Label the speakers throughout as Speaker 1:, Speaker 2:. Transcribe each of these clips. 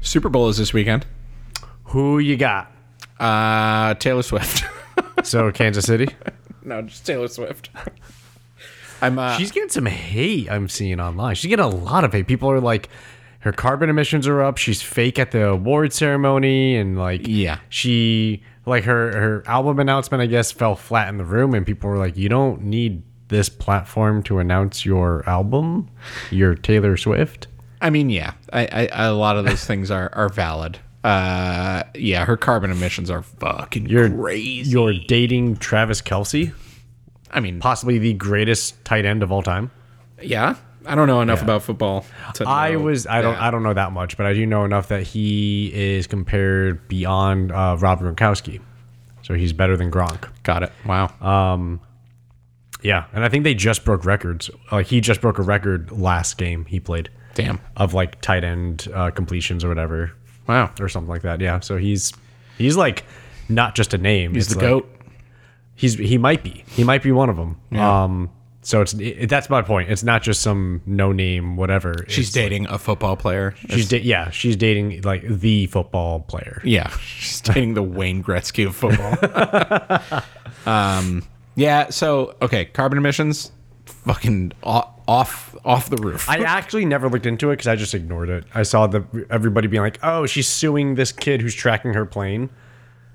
Speaker 1: Super Bowl is this weekend.
Speaker 2: Who you got?
Speaker 1: Uh, Taylor Swift.
Speaker 2: So Kansas City.
Speaker 1: no, just Taylor Swift. I'm. Uh,
Speaker 2: She's getting some hate I'm seeing online. She's getting a lot of hate. People are like, her carbon emissions are up. She's fake at the award ceremony, and like,
Speaker 1: Yeah.
Speaker 2: she like her her album announcement, I guess, fell flat in the room, and people were like, you don't need this platform to announce your album. You're Taylor Swift.
Speaker 1: I mean, yeah, I, I, I- a lot of those things are are valid. Uh, yeah, her carbon emissions are fucking
Speaker 2: You're-
Speaker 1: crazy.
Speaker 2: You're dating Travis Kelsey,
Speaker 1: I mean,
Speaker 2: possibly the greatest tight end of all time.
Speaker 1: yeah, I don't know enough about football. To
Speaker 2: I
Speaker 1: know
Speaker 2: was I don't
Speaker 1: that.
Speaker 2: I don't know that much, but I do know enough that he is compared beyond uh, Rob Gronkowski, so he's better than Gronk.
Speaker 1: Got it. Wow.
Speaker 2: Yeah, and I think they just broke records. Like he just broke a record last game he played
Speaker 1: Damn.
Speaker 2: of like tight end uh, completions or whatever
Speaker 1: Wow.
Speaker 2: or something like that. Yeah, so he's he's like not just a name.
Speaker 1: He's
Speaker 2: It's
Speaker 1: the
Speaker 2: like-
Speaker 1: goat.
Speaker 2: He's he might be he might be one of them. Um, so it's it, that's my point. It's not just some no name whatever.
Speaker 1: She's dating a football player.
Speaker 2: She's da- yeah, she's dating like the football player.
Speaker 1: Yeah, she's dating the Wayne Gretzky of football. um, yeah. So okay, carbon emissions, fucking o- off off the roof.
Speaker 2: I actually never looked into it because I just ignored it. I saw the everybody being like, "Oh, she's suing this kid who's tracking her plane."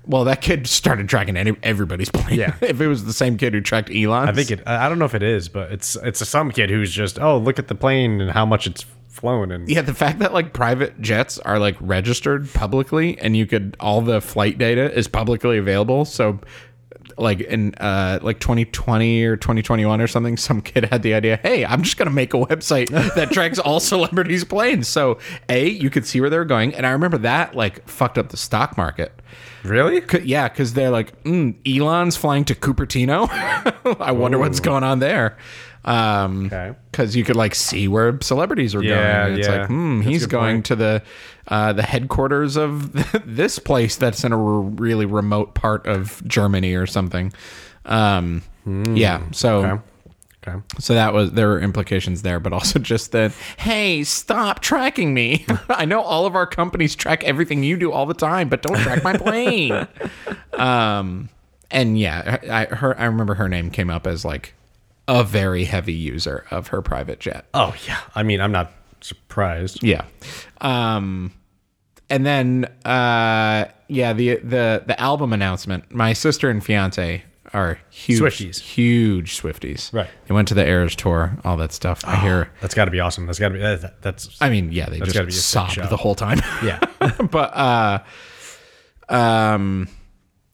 Speaker 1: well, that kid started tracking any, everybody's plane.
Speaker 2: Yeah.
Speaker 1: if it was the same kid who tracked Elon,
Speaker 2: I think it. I I don't know if it is, but it's it's some kid who's just, "Oh, look at the plane and how much it's flown." And
Speaker 1: Yeah, the fact that like private jets are like registered publicly, and you could all the flight data is publicly available. So, like in uh, like 2020 or 2021 or something, some kid had the idea, "Hey, I'm just gonna make a website that tracks all celebrities' planes." So, a you could see where they're going, and I remember that like fucked up the stock market.
Speaker 2: really,
Speaker 1: C- yeah, because they're like, mm, Elon's flying to Cupertino. I wonder what's going on there. Um,
Speaker 2: Okay.
Speaker 1: because you could like see where celebrities are
Speaker 2: Yeah,
Speaker 1: going. And It's
Speaker 2: yeah.
Speaker 1: like, hmm,
Speaker 2: That's a
Speaker 1: he's
Speaker 2: good
Speaker 1: going
Speaker 2: point.
Speaker 1: to the uh, the headquarters of this place that's in a r- really remote part of Germany or something. Um, yeah, so.
Speaker 2: Hmm, Okay. okay,
Speaker 1: So that was there were implications there, but also just that hey, stop tracking me. I know all of our companies track everything you do all the time, but don't track my plane. um, and yeah, I her I remember her name came up as like a very heavy user of her private jet.
Speaker 2: oh yeah. I mean, I'm not surprised.
Speaker 1: Yeah. Um and then uh yeah, the the the album announcement. My sister and fiance are huge
Speaker 2: Swifties.
Speaker 1: huge Swifties.
Speaker 2: Right.
Speaker 1: They went to the Eras tour, all that stuff. I hear
Speaker 2: That's got to be awesome. That's got to be eh, that, that- that's.
Speaker 1: I mean, yeah, they
Speaker 2: gotta be a
Speaker 1: just
Speaker 2: sick
Speaker 1: sobbed
Speaker 2: show.
Speaker 1: the whole time.
Speaker 2: yeah,
Speaker 1: but uh um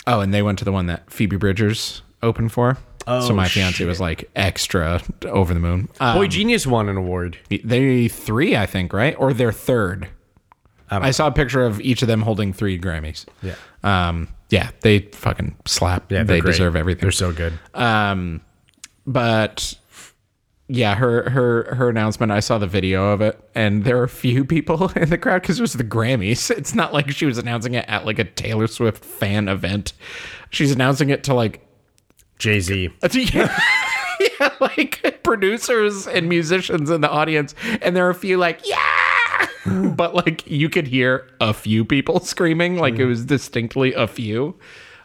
Speaker 1: oh, and they went to the one that Phoebe Bridgers opened for.
Speaker 2: Oh,
Speaker 1: so my fiance was like extra over the moon. Uh,
Speaker 2: Boy Genius won an award.
Speaker 1: they three, I think, right? Or their third.
Speaker 2: don't
Speaker 1: I, saw a picture of each of them holding three Grammys.
Speaker 2: Yeah.
Speaker 1: Um, yeah, they fucking slap.
Speaker 2: Yeah, they're
Speaker 1: they
Speaker 2: great.
Speaker 1: deserve everything.
Speaker 2: They're so good.
Speaker 1: Um, but yeah, her her her announcement. I saw the video of it, and there were a few people in the crowd because it was the Grammys. It's not like she was announcing it at like a Taylor Swift fan event. She's announcing it to like
Speaker 2: Jay Z.
Speaker 1: yeah, yeah, like producers and musicians in the audience, and there are a few like yeah, but like you could hear a few people screaming, like
Speaker 2: Mm-hmm.
Speaker 1: it was distinctly a few.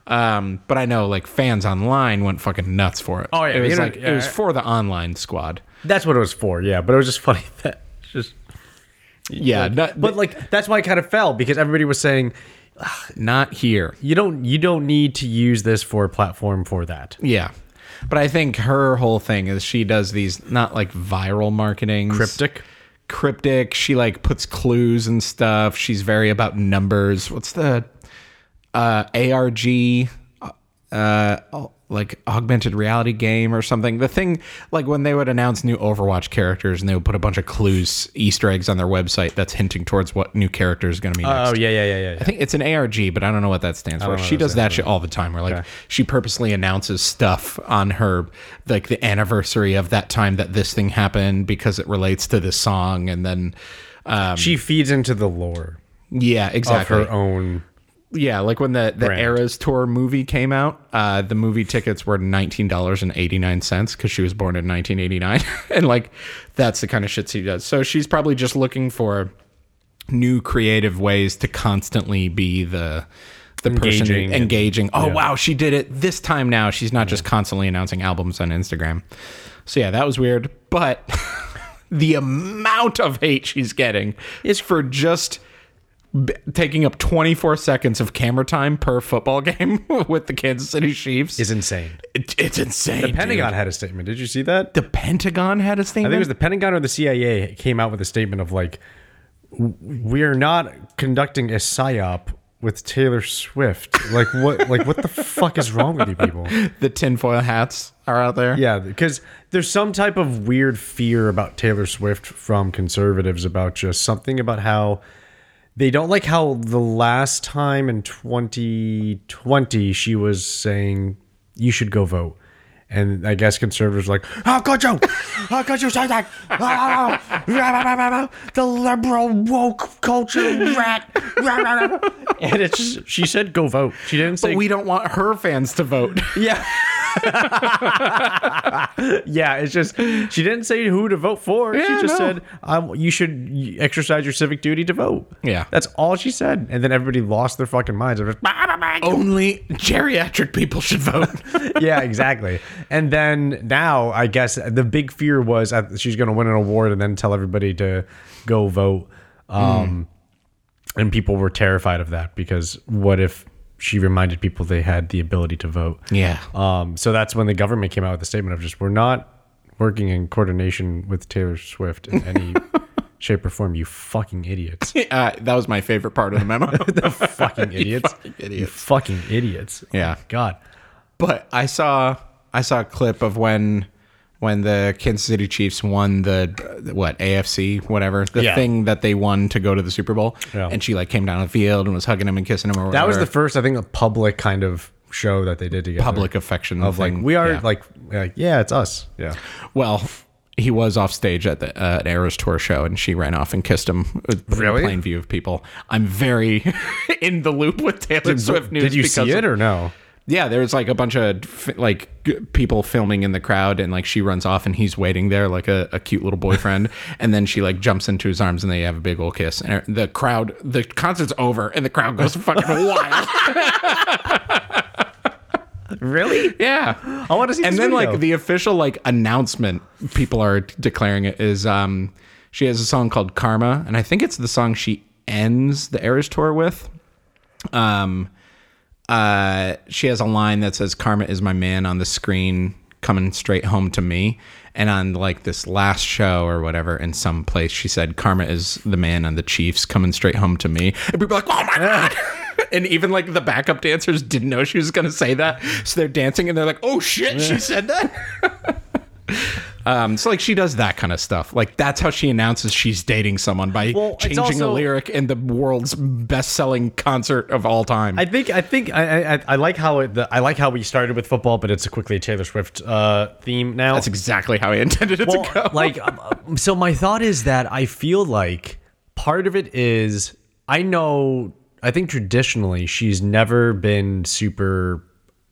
Speaker 1: Um, but I know like fans online went fucking nuts for it.
Speaker 2: Oh, yeah,
Speaker 1: it was
Speaker 2: you know,
Speaker 1: like
Speaker 2: yeah.
Speaker 1: it was for the online squad.
Speaker 2: That's what it was for. Yeah, but it was just funny that just.
Speaker 1: Yeah, not,
Speaker 2: But like that's why I kind of fell because everybody was saying
Speaker 1: not here.
Speaker 2: you don't you don't need to use this for a platform for that.
Speaker 1: Yeah. But I think her whole thing is she does these not like viral marketing
Speaker 2: Cryptic?
Speaker 1: Cryptic. She like puts clues and stuff. She's very about numbers. What's the uh ARG uh like augmented reality game or something. The thing like when they would announce new Overwatch characters and they would put a bunch of clues Easter eggs on their website that's hinting towards what new character is going to be next.
Speaker 2: Oh, yeah, yeah, yeah, yeah.
Speaker 1: I think it's an ARG, but I don't know what that stands for. She does that shit all the time. Where like she purposely announces stuff on her like the anniversary of that time that this thing happened because it relates to this song, and then um,
Speaker 2: She feeds into the lore
Speaker 1: yeah,
Speaker 2: of
Speaker 1: exactly.
Speaker 2: her own.
Speaker 1: Yeah, like when the the
Speaker 2: Brand.
Speaker 1: Eras Tour movie came out, uh, the movie tickets were nineteen dollars and eighty nine cents because she was born in nineteen eighty nine, and like that's the kind of shit she does. So she's probably just looking for new creative ways to constantly be the the person
Speaker 2: Engaging and-
Speaker 1: engaging. Oh wow, she did it this time now. She's not just constantly announcing albums on Instagram. So yeah, that was weird, but the amount of hate she's getting is for just b- taking up 24 seconds of camera time per football game with the Kansas City Chiefs.
Speaker 2: is insane.
Speaker 1: It- it's insane. dude.
Speaker 2: Pentagon had a statement. Did you see that?
Speaker 1: The Pentagon had his thing.
Speaker 2: I think it
Speaker 1: then?
Speaker 2: was the Pentagon or the CIA came out with a statement of like, "W- we are not conducting a psyop with Taylor Swift. Like what? Like what the fuck is wrong with you people?
Speaker 1: the tinfoil hats are out there.
Speaker 2: Yeah, because there's some type of weird fear about Taylor Swift from conservatives about just something about how they don't like how the last time in 2020 she was saying you should go vote. And I guess conservatives are like, "Oh, how could you? How could you Oh, say that? Ah, rah, rah, rah, rah, rah, the liberal woke culture rat. Rah, rah, rah. And it's just, she said go vote. She didn't say
Speaker 1: But we don't want her fans to vote.
Speaker 2: yeah. yeah, it's just she didn't say who to vote for.
Speaker 1: Yeah,
Speaker 2: she
Speaker 1: no.
Speaker 2: just said um, you should exercise your civic duty to vote.
Speaker 1: Yeah.
Speaker 2: that's all she said. And then everybody lost their fucking minds. They're just,
Speaker 1: Only geriatric people should vote.
Speaker 2: yeah, exactly. And then now, I guess the big fear was that she's going to win an award and then tell everybody to go vote. Um, And people were terrified of that because what if she reminded people they had the ability to vote?
Speaker 1: Yeah.
Speaker 2: Um, so that's when the government came out with a statement of just we're not working in coordination with Taylor Swift in any shape or form. You fucking idiots.
Speaker 1: uh, that was my favorite part of the memo.
Speaker 2: fucking idiots.
Speaker 1: fucking idiots.
Speaker 2: You fucking idiots. Oh
Speaker 1: Yeah.
Speaker 2: my God.
Speaker 1: but I saw I saw a clip of when when the Kansas City Chiefs won the what AFC whatever the
Speaker 2: Yeah.
Speaker 1: thing that they won to go to the Super Bowl,
Speaker 2: Yeah.
Speaker 1: and she like came down the field and was hugging him and kissing him. Or
Speaker 2: That was the
Speaker 1: whatever.
Speaker 2: first, I think, a public kind of show that they did together.
Speaker 1: public affection
Speaker 2: of like we are
Speaker 1: like.
Speaker 2: like like yeah, it's us. Yeah.
Speaker 1: Well, he was off stage at the uh, an Eras Tour show, and she ran off and kissed him. uh, in
Speaker 2: Really?
Speaker 1: plain view of people. I'm very in the loop with Taylor Swift news.
Speaker 2: Did you
Speaker 1: because-
Speaker 2: see it or no?
Speaker 1: Yeah, there was like a bunch of f- like g- people filming in the crowd, and like she runs off, and he's waiting there like a, a cute little boyfriend, and then she like jumps into his arms, and they have a big old kiss, and the crowd, the concert's over, and the crowd goes fucking wild.
Speaker 2: Really?
Speaker 1: Yeah,
Speaker 2: I want to see.
Speaker 1: and
Speaker 2: this
Speaker 1: then
Speaker 2: video.
Speaker 1: like the official like announcement people are declaring it is um she has a song called karma and i think it's the song she ends the eras tour with um uh she has a line that says karma is my man on the screen coming straight home to me and on like this last show or whatever in some place she said karma is the man on the chiefs coming straight home to me and people are like oh my god and even like the backup dancers didn't know she was going to say that so they're dancing and they're like oh shit she said that um, so like she does that kind of stuff. Like that's how she announces she's dating someone by
Speaker 2: Well, it's
Speaker 1: changing a
Speaker 2: also-
Speaker 1: lyric in the world's best-selling concert of all time.
Speaker 2: I think I think I I, I like how it the, I like how we started with football, but it's a quickly a Taylor Swift uh, theme now.
Speaker 1: That's exactly how I intended it to go.
Speaker 2: Well, like, um, um, so my thought is that I feel like part of it is I know I think traditionally she's never been super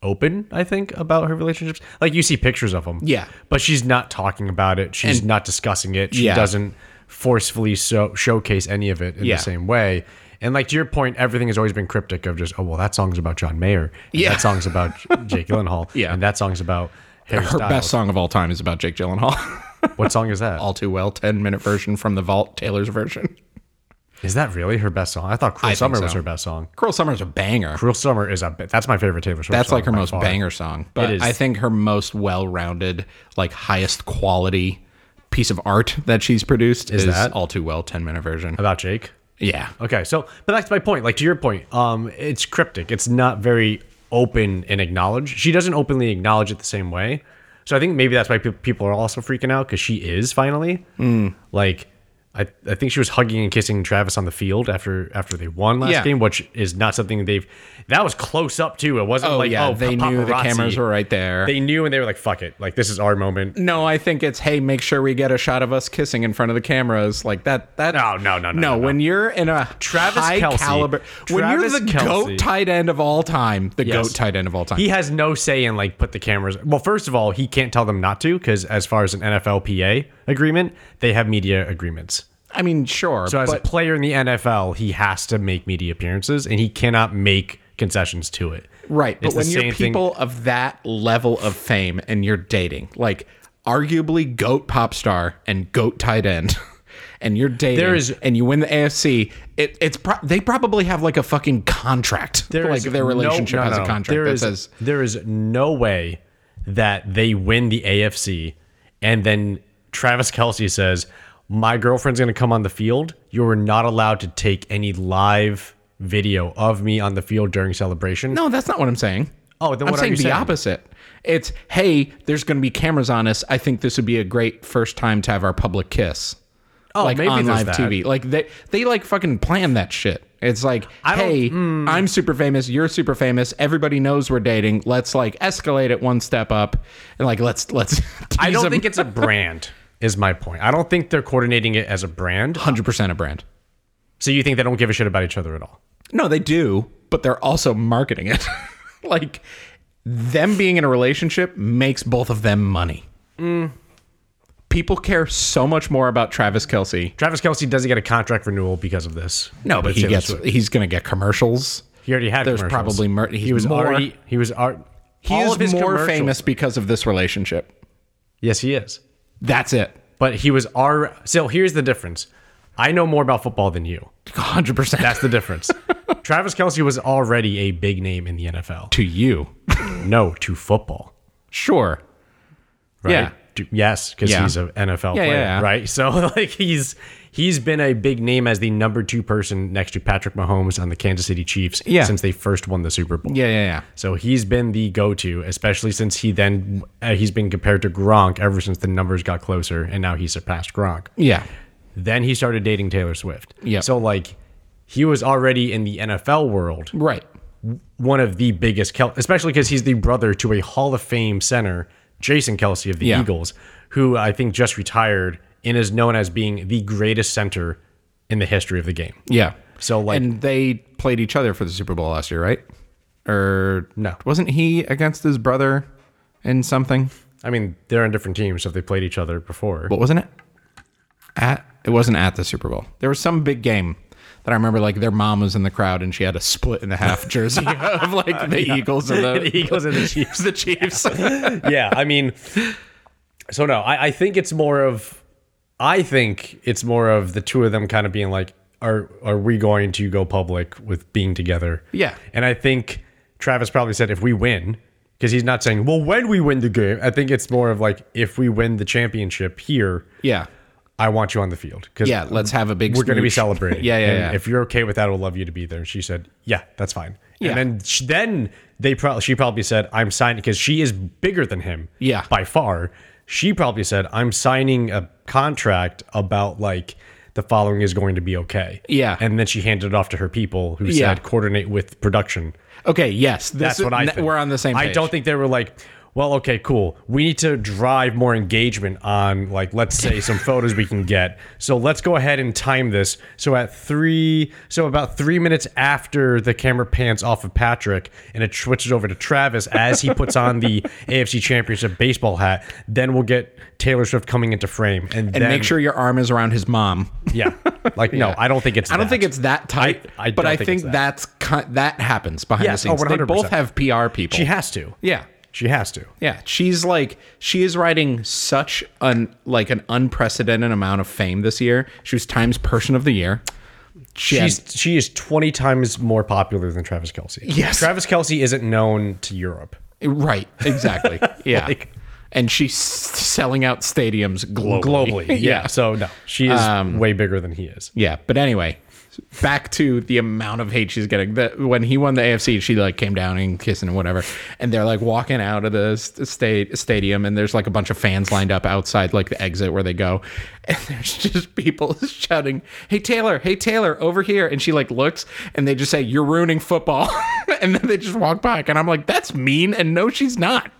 Speaker 2: open. I think about her relationships. Like you see pictures of them.
Speaker 1: Yeah.
Speaker 2: but she's not talking about it. She's not discussing it. She
Speaker 1: Yeah.
Speaker 2: doesn't forcefully so- showcase any of it in
Speaker 1: Yeah.
Speaker 2: the same way. And like to your point, everything has always been cryptic of just oh well that song's about John Mayer. and
Speaker 1: Yeah.
Speaker 2: that song's about Jake Gyllenhaal.
Speaker 1: Yeah.
Speaker 2: and that song's about Harry
Speaker 1: Her
Speaker 2: Styles.
Speaker 1: best song of all time is about Jake Gyllenhaal.
Speaker 2: What song is that?
Speaker 1: all too well, ten-minute version from the vault, Taylor's version.
Speaker 2: Is that really her best song? I thought "Cruel
Speaker 1: think
Speaker 2: Summer" was
Speaker 1: so.
Speaker 2: her best song.
Speaker 1: Cruel Summer is a banger.
Speaker 2: "Cruel Summer" is a bit, that's my favorite Taylor Swift.
Speaker 1: That's
Speaker 2: song
Speaker 1: like her
Speaker 2: by
Speaker 1: most
Speaker 2: far.
Speaker 1: banger song, but
Speaker 2: It is.
Speaker 1: I think her most well-rounded, like highest quality piece of art that she's produced is,
Speaker 2: that- Oh.
Speaker 1: all too well, ten-minute version.
Speaker 2: about Jake.
Speaker 1: Yeah,
Speaker 2: Okay, so but that's my point. Like to your point, um, it's cryptic. It's not very open and acknowledged. She doesn't openly acknowledge it the same way. So I think maybe that's why pe- people are also freaking out because she is finally
Speaker 1: Hmm.
Speaker 2: like. I, I think she was hugging and kissing Travis on the field after after they won last
Speaker 1: Yeah.
Speaker 2: game, which is not something they've. That was close up too. It wasn't
Speaker 1: Oh
Speaker 2: like
Speaker 1: yeah,
Speaker 2: oh
Speaker 1: they knew the
Speaker 2: paparazzi.
Speaker 1: cameras were right there.
Speaker 2: They knew and they were like fuck it, like this is our moment.
Speaker 1: no, I think it's hey, make sure we get a shot of us kissing in front of the cameras. Like that. That.
Speaker 2: No, no, no, no, no,
Speaker 1: No,
Speaker 2: no.
Speaker 1: when you're in a
Speaker 2: Travis
Speaker 1: high
Speaker 2: Kelce.
Speaker 1: caliber, when you're
Speaker 2: Travis
Speaker 1: the
Speaker 2: Kelce.
Speaker 1: goat tight end of all time, the
Speaker 2: Yes.
Speaker 1: goat tight end of all time.
Speaker 2: He has no say in like put the cameras. Well, first of all, he can't tell them not to because as far as an NFLPA agreement, they have media agreements.
Speaker 1: I mean, sure.
Speaker 2: So as
Speaker 1: but-
Speaker 2: a player in the NFL, he has to make media appearances, and he cannot make concessions to it.
Speaker 1: Right, but
Speaker 2: It's the
Speaker 1: when you're
Speaker 2: same thing-
Speaker 1: people of that level of fame and you're dating, like arguably goat pop star and goat tight end, and you're dating,
Speaker 2: There is-
Speaker 1: and you win the AFC, it, it's pro- they probably have like a fucking contract.
Speaker 2: There
Speaker 1: like
Speaker 2: is
Speaker 1: their
Speaker 2: no-
Speaker 1: relationship
Speaker 2: no,
Speaker 1: has
Speaker 2: no.
Speaker 1: a contract
Speaker 2: There
Speaker 1: that
Speaker 2: is-
Speaker 1: says
Speaker 2: there is no way that they win the AFC, and then Travis Kelsey says, "My girlfriend's going to come on the field. You are not allowed to take any live." Video of me on the field during celebration.
Speaker 1: no. That's not what I'm saying.
Speaker 2: Oh, then
Speaker 1: I'm
Speaker 2: what are
Speaker 1: saying
Speaker 2: you
Speaker 1: the
Speaker 2: saying?
Speaker 1: opposite. It's hey, there's going to be cameras on us. I think this would be a great first time to have our public kiss.
Speaker 2: Oh,
Speaker 1: like
Speaker 2: maybe
Speaker 1: on
Speaker 2: there's
Speaker 1: live
Speaker 2: that.
Speaker 1: TV. Like they they like fucking plan that shit. It's like,
Speaker 2: don't- hmm.
Speaker 1: hey, I'm super famous. You're super famous. Everybody knows we're dating. Let's like escalate it one step up, and like let's let's.
Speaker 2: I
Speaker 1: tease
Speaker 2: don't
Speaker 1: 'em.
Speaker 2: think it's a brand. Is my point. I don't think they're coordinating it as a brand.
Speaker 1: 100 percent a brand.
Speaker 2: So you think they don't give a shit about each other at all?
Speaker 1: No, they do, but they're also marketing it. like them being in a relationship makes both of them money.
Speaker 2: Mm.
Speaker 1: People care so much more about Travis Kelsey.
Speaker 2: Travis Kelsey doesn't get a contract renewal because of this.
Speaker 1: No, but
Speaker 2: With
Speaker 1: he
Speaker 2: Taylor
Speaker 1: gets
Speaker 2: Swift.
Speaker 1: he's gonna get commercials.
Speaker 2: He already had.
Speaker 1: There's
Speaker 2: commercials.
Speaker 1: probably mer-
Speaker 2: He was
Speaker 1: more-
Speaker 2: already. He was already.
Speaker 1: He
Speaker 2: all
Speaker 1: is
Speaker 2: of his
Speaker 1: more
Speaker 2: commercials-
Speaker 1: famous because of this relationship.
Speaker 2: Yes, he is.
Speaker 1: That's it.
Speaker 2: But he was already. So here's the difference. I know more about football than you.
Speaker 1: 100%.
Speaker 2: That's the difference. Travis Kelsey was already a big name in the NFL.
Speaker 1: to you.
Speaker 2: No, to football.
Speaker 1: Sure.
Speaker 2: Right?
Speaker 1: Yeah.
Speaker 2: To- yes, because
Speaker 1: Yeah.
Speaker 2: he's an NFL
Speaker 1: Yeah,
Speaker 2: player,
Speaker 1: yeah, yeah.
Speaker 2: right? So like he's he's been a big name as the number two person next to Patrick Mahomes on the Kansas City Chiefs
Speaker 1: Yeah.
Speaker 2: since they first won the Super Bowl.
Speaker 1: Yeah, yeah, yeah.
Speaker 2: So he's been the go-to, especially since he then uh, he's been compared to Gronk ever since the numbers got closer, and now he surpassed Gronk.
Speaker 1: Yeah.
Speaker 2: Then he started dating Taylor Swift.
Speaker 1: Yeah.
Speaker 2: So like, he was already in the NFL world,
Speaker 1: Right.
Speaker 2: one of the biggest, Kel- especially because he's the brother to a Hall of Fame center, Jason Kelsey of the
Speaker 1: Yeah.
Speaker 2: Eagles, who I think just retired and is known as being the greatest center in the history of the game.
Speaker 1: Yeah.
Speaker 2: So like,
Speaker 1: and they played each other for the Super Bowl last year, right? Or
Speaker 2: No.
Speaker 1: Wasn't he against his brother in something?
Speaker 2: I mean, they're on different teams, so if they played each other before.
Speaker 1: What wasn't it? At it wasn't at the Super Bowl. There was some big game that I remember like their mom was in the crowd and she had a split in the half jersey of like the Eagles and the,
Speaker 2: the Eagles and the Chiefs.
Speaker 1: the Chiefs.
Speaker 2: yeah, I mean, so no, I, I think it's more of, I think it's more of the two of them kind of being like, are are we going to go public with being together?
Speaker 1: Yeah.
Speaker 2: and I think Travis probably said if we win, because he's not saying well when we win the game. I think it's more of like if we win the championship here,
Speaker 1: yeah.
Speaker 2: I want you on the field because
Speaker 1: Yeah, let's have a big
Speaker 2: we're going to be
Speaker 1: smooch.
Speaker 2: celebrating.
Speaker 1: Yeah, yeah,
Speaker 2: And
Speaker 1: yeah.
Speaker 2: If you're okay with that, we'll love you to be there. And she said, yeah, that's fine.
Speaker 1: Yeah.
Speaker 2: And then she, then they probably she probably said, I'm signing because she is bigger than him.
Speaker 1: Yeah.
Speaker 2: by far. She probably said, I'm signing a contract about like the following is going to be okay.
Speaker 1: Yeah.
Speaker 2: And then she handed it off to her people who
Speaker 1: Yeah.
Speaker 2: said coordinate with production.
Speaker 1: Okay, yes. This
Speaker 2: That's
Speaker 1: is-
Speaker 2: what I
Speaker 1: n-
Speaker 2: think.
Speaker 1: We're on the same page.
Speaker 2: I don't think they were like, well, okay, cool. We need to drive more engagement on like let's say some photos we can get. So let's go ahead and time this. So at 3 so about 3 minutes after the camera pans off of Patrick and it switches over to Travis as he puts on the AFC Championship baseball hat, then we'll get Taylor Swift coming into frame and,
Speaker 1: and
Speaker 2: then
Speaker 1: make sure your arm is around his mom.
Speaker 2: yeah. Like no, I don't think it's
Speaker 1: I don't
Speaker 2: that.
Speaker 1: think it's that tight,
Speaker 2: I
Speaker 1: but
Speaker 2: don't
Speaker 1: I
Speaker 2: think
Speaker 1: think
Speaker 2: it's that.
Speaker 1: that's ki- that happens behind
Speaker 2: Yes,
Speaker 1: the
Speaker 2: oh,
Speaker 1: scenes. They
Speaker 2: 100%.
Speaker 1: both have PR people.
Speaker 2: she has to.
Speaker 1: yeah,
Speaker 2: She has to.
Speaker 1: yeah. She's like she is writing such an like an unprecedented amount of fame this year. She was Times Person of the Year. She had-
Speaker 2: She's she is twenty times more popular than Travis Kelsey.
Speaker 1: Yes.
Speaker 2: Travis Kelsey isn't known to Europe.
Speaker 1: right, exactly. Yeah,
Speaker 2: Like-
Speaker 1: and she's s- selling out stadiums globally.
Speaker 2: Globally. Yeah.
Speaker 1: yeah. Um,
Speaker 2: So no. She is way bigger than he is.
Speaker 1: Yeah, but anyway, back to the amount of hate she's getting. The, when he won the AFC, she like came down and kissing and whatever, and they're like walking out of the st- state stadium, and there's like a bunch of fans lined up outside like the exit where they go, and there's just people shouting, "Hey Taylor, hey Taylor, over here!" And she like looks, and they just say, "You're ruining football," and then they just walk back, and I'm like, "That's mean," and no, she's not.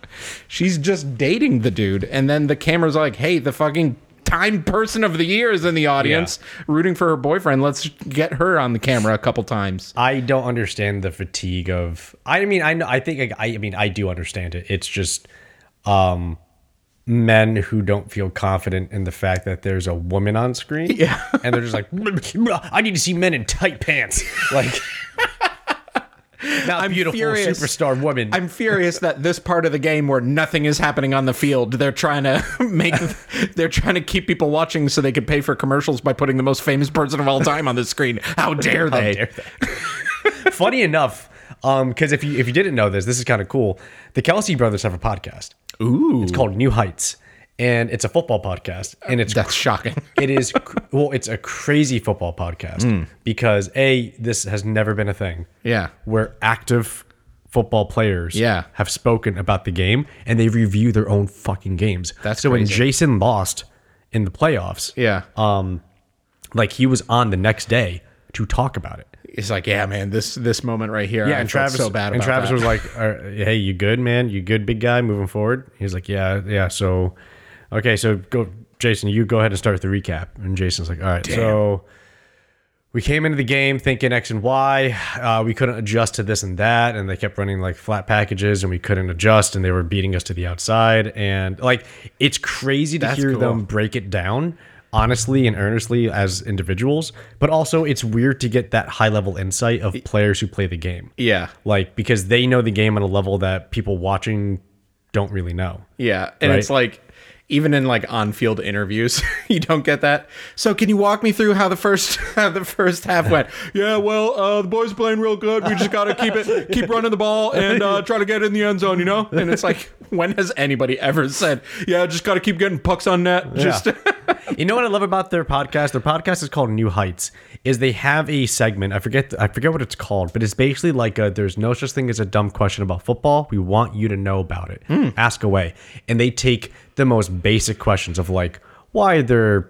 Speaker 1: She's just dating the dude, and then the camera's like, "Hey, the fucking." Time person of the year is in the audience rooting for her boyfriend. Let's get her on the camera a couple times.
Speaker 2: I don't understand the fatigue of I mean I know I think I, I mean I do understand it. It's just um men who don't feel confident in the fact that there's a woman on screen.
Speaker 1: Yeah.
Speaker 2: And they're just like, I need to see men in tight pants. Like, not
Speaker 1: I'm
Speaker 2: beautiful
Speaker 1: furious.
Speaker 2: superstar woman.
Speaker 1: I'm furious that this part of the game where nothing is happening on the field, they're trying to make they're trying to keep people watching so they could pay for commercials by putting the most famous person of all time on the screen. How dare they?
Speaker 2: dare Funny enough, because if you if you didn't know this, this is kind of cool. The Kelsey brothers have a podcast.
Speaker 1: Ooh.
Speaker 2: It's called New Heights, and it's a football podcast, and it's
Speaker 1: That's shocking.
Speaker 2: it is cr- well, it's a crazy football podcast because a this has never been a thing.
Speaker 1: Hmm. Yeah.
Speaker 2: where active football players
Speaker 1: Yeah.
Speaker 2: have spoken about the game and they review their own fucking games.
Speaker 1: That's
Speaker 2: so when
Speaker 1: crazy.
Speaker 2: Jason lost in the playoffs,
Speaker 1: Yeah.
Speaker 2: like he was on the next day to talk about it.
Speaker 1: it's like, yeah, man, this this moment right here. I
Speaker 2: and
Speaker 1: felt
Speaker 2: Travis
Speaker 1: so bad
Speaker 2: and
Speaker 1: about
Speaker 2: Travis
Speaker 1: that.
Speaker 2: was like, "Are- "Hey, you good, man? You good, big guy? Moving forward?" He's like, "Yeah, yeah." So, okay, so go, Jason. You go ahead and start the recap. And Jason's like, "All right, so." We came into the game thinking X and Y. Uh, we couldn't adjust to this and that, and they kept running like flat packages, and we couldn't adjust, and they were beating us to the outside. And like, it's crazy to
Speaker 1: That's
Speaker 2: hear
Speaker 1: cool.
Speaker 2: them break it down honestly and earnestly as individuals, but also it's weird to get that high level insight of players who play the game
Speaker 1: Yeah.
Speaker 2: like because they know the game on a level that people watching don't really know.
Speaker 1: Yeah, and it's
Speaker 2: Right.
Speaker 1: like even in like on-field interviews, you don't get that. So can you walk me through how the first how the first half went? Yeah, well, uh, the boys playing real good. We just got to keep it, keep running the ball, and uh, try to get it in the end zone. You know, and it's like, when has anybody ever said, yeah, just got to keep getting pucks on net? Just
Speaker 2: you know what I love about their podcast? Their podcast is called New Heights. Is they have a segment. I forget. I forget what it's called, but it's basically like a, there's no such thing as a dumb question about football. We want you to know about it. Ask away. And they take the most basic questions of like why they're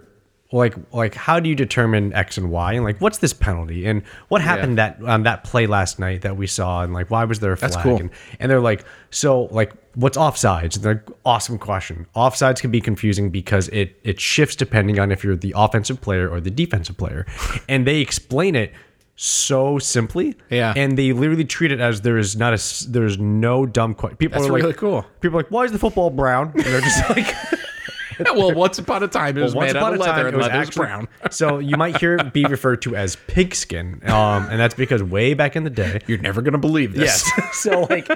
Speaker 2: like like how do you determine X and Y and like what's this penalty and what happened that on that play last night that we saw and like why was there a flag
Speaker 1: cool.
Speaker 2: and and they're like, so like, what's offsides? And they're like, awesome question. Offsides can be confusing because it it shifts depending on if you're the offensive player or the defensive player, and they explain it so simply.
Speaker 1: Yeah.
Speaker 2: and they literally treat it as there is not a s- there is no dumb question. People
Speaker 1: That's
Speaker 2: are like,
Speaker 1: really cool.
Speaker 2: People are like, why is the football brown? And they're just like.
Speaker 1: well, once upon a time, it was
Speaker 2: Once
Speaker 1: made
Speaker 2: upon
Speaker 1: out of
Speaker 2: a
Speaker 1: leather,
Speaker 2: time,
Speaker 1: and
Speaker 2: it was
Speaker 1: leather's
Speaker 2: actually-
Speaker 1: brown.
Speaker 2: so you might hear it be referred to as pigskin, um, and that's because way back in the day,
Speaker 1: You're never gonna believe this.
Speaker 2: Yes. so like,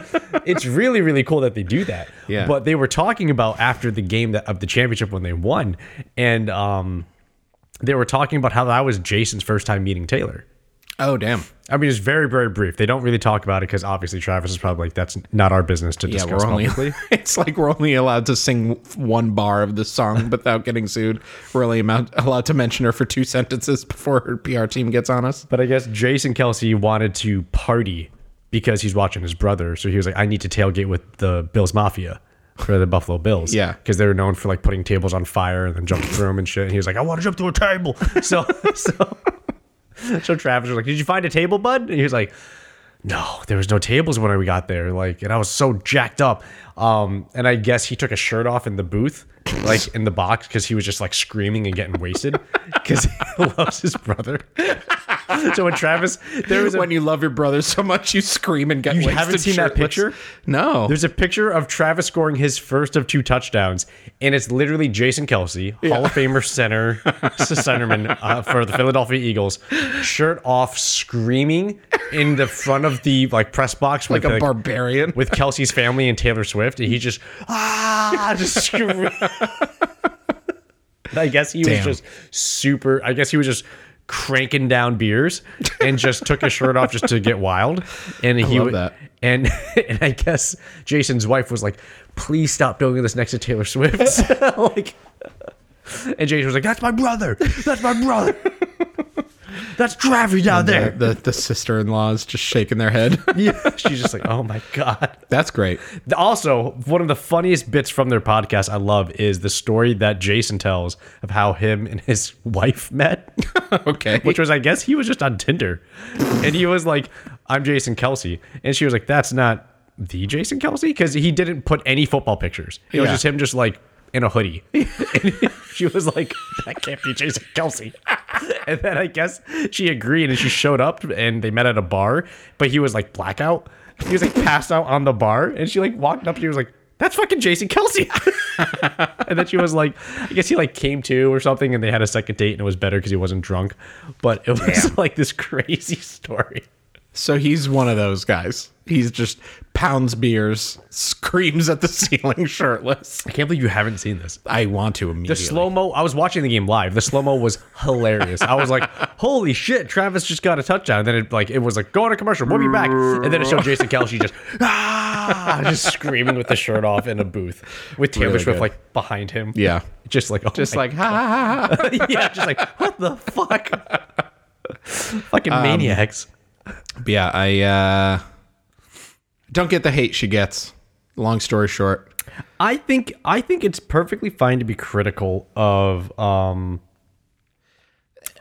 Speaker 2: it's really really cool that they do that.
Speaker 1: Yeah.
Speaker 2: But they were talking about after the game that, of the championship when they won, and um, they were talking about how that was Jason's first time meeting Taylor.
Speaker 1: Oh damn.
Speaker 2: I mean, it's very very brief. They don't really talk about it because obviously Travis is probably like that's not our business to
Speaker 1: Yeah,
Speaker 2: discuss.
Speaker 1: we're only.
Speaker 2: publicly.
Speaker 1: It's like we're only allowed to sing one bar of the song without getting sued. We're only amount, allowed to mention her for two sentences before her PR team gets on us.
Speaker 2: But I guess Jason Kelsey wanted to party because he's watching his brother. So he was like, I need to tailgate with the Bills Mafia for the Buffalo Bills.
Speaker 1: Yeah.
Speaker 2: Because they were known for like putting tables on fire and then jumping through them and shit. And he was like, I want to jump through a table. So, so, so Travis was like, Did you find a table, bud? And he was like, no, there was no tables when we got there. Like, and I was so jacked up. Um, and I guess he took a shirt off in the booth, like in the box, because he was just like screaming and getting wasted, because he loves his brother. so when Travis, there was a,
Speaker 1: when you love your brother so much, you scream and get.
Speaker 2: You
Speaker 1: wasted
Speaker 2: haven't seen that
Speaker 1: shirtless.
Speaker 2: picture?
Speaker 1: No.
Speaker 2: there's a picture of Travis scoring his first of two touchdowns, and it's literally Jason Kelsey, Hall of Famer center, centerman uh, for the Philadelphia Eagles, shirt off, screaming in the front of the like press box,
Speaker 1: like a barbarian.
Speaker 2: with Kelsey's family and Taylor Swift, and he just ah, just. scream- I guess he
Speaker 1: Damn.
Speaker 2: was just super. I guess he was just cranking down beers and just took his shirt off just to get wild. And he
Speaker 1: love
Speaker 2: would-
Speaker 1: that.
Speaker 2: And and I guess Jason's wife was like, "Please stop doing this next to Taylor Swift." like, and Jason was like, "That's my brother. That's my brother. That's Travis down
Speaker 1: the,
Speaker 2: there."
Speaker 1: the the sister-in-laws just shaking their head.
Speaker 2: Yeah, she's just like, "Oh my god."
Speaker 1: That's great.
Speaker 2: Also, one of the funniest bits from their podcast I love is the story that Jason tells of how him and his wife met,
Speaker 1: Okay.
Speaker 2: which was, I guess, he was just on Tinder. And he was like, I'm Jason Kelsey. And she was like, That's not the Jason Kelsey? Because he didn't put any football pictures. It was
Speaker 1: Yeah.
Speaker 2: just him, just like in a hoodie. and she was like, That can't be Jason Kelsey. and then I guess she agreed and she showed up and they met at a bar, but he was like blackout. He was like passed out on the bar, and she like walked up. She was like, "That's fucking Jason Kelsey." and then she was like, I guess he like came to or something, and they had a second date, and it was better because he wasn't drunk. But it was like this crazy story.
Speaker 1: So he's one of those guys. He's just pounds beers, screams at the ceiling shirtless.
Speaker 2: I can't believe you haven't seen this.
Speaker 1: I want to immediately.
Speaker 2: The slow mo. I was watching the game live. The slow mo was hilarious. I was like, "Holy shit! Travis just got a touchdown." And then it like it was like, "Go on a commercial. We'll be back." And then it showed Jason Kelce just ah, just screaming with the shirt off in a booth with Taylor
Speaker 1: Really
Speaker 2: Swift
Speaker 1: good.
Speaker 2: like behind him.
Speaker 1: yeah.
Speaker 2: just like oh
Speaker 1: Just
Speaker 2: my
Speaker 1: like, ha ha ha. ha.
Speaker 2: yeah, just like what the fuck, fucking
Speaker 1: Um,
Speaker 2: maniacs.
Speaker 1: But yeah, I uh, don't get the hate she gets. Long story short.
Speaker 2: I think I think it's perfectly fine to be critical of um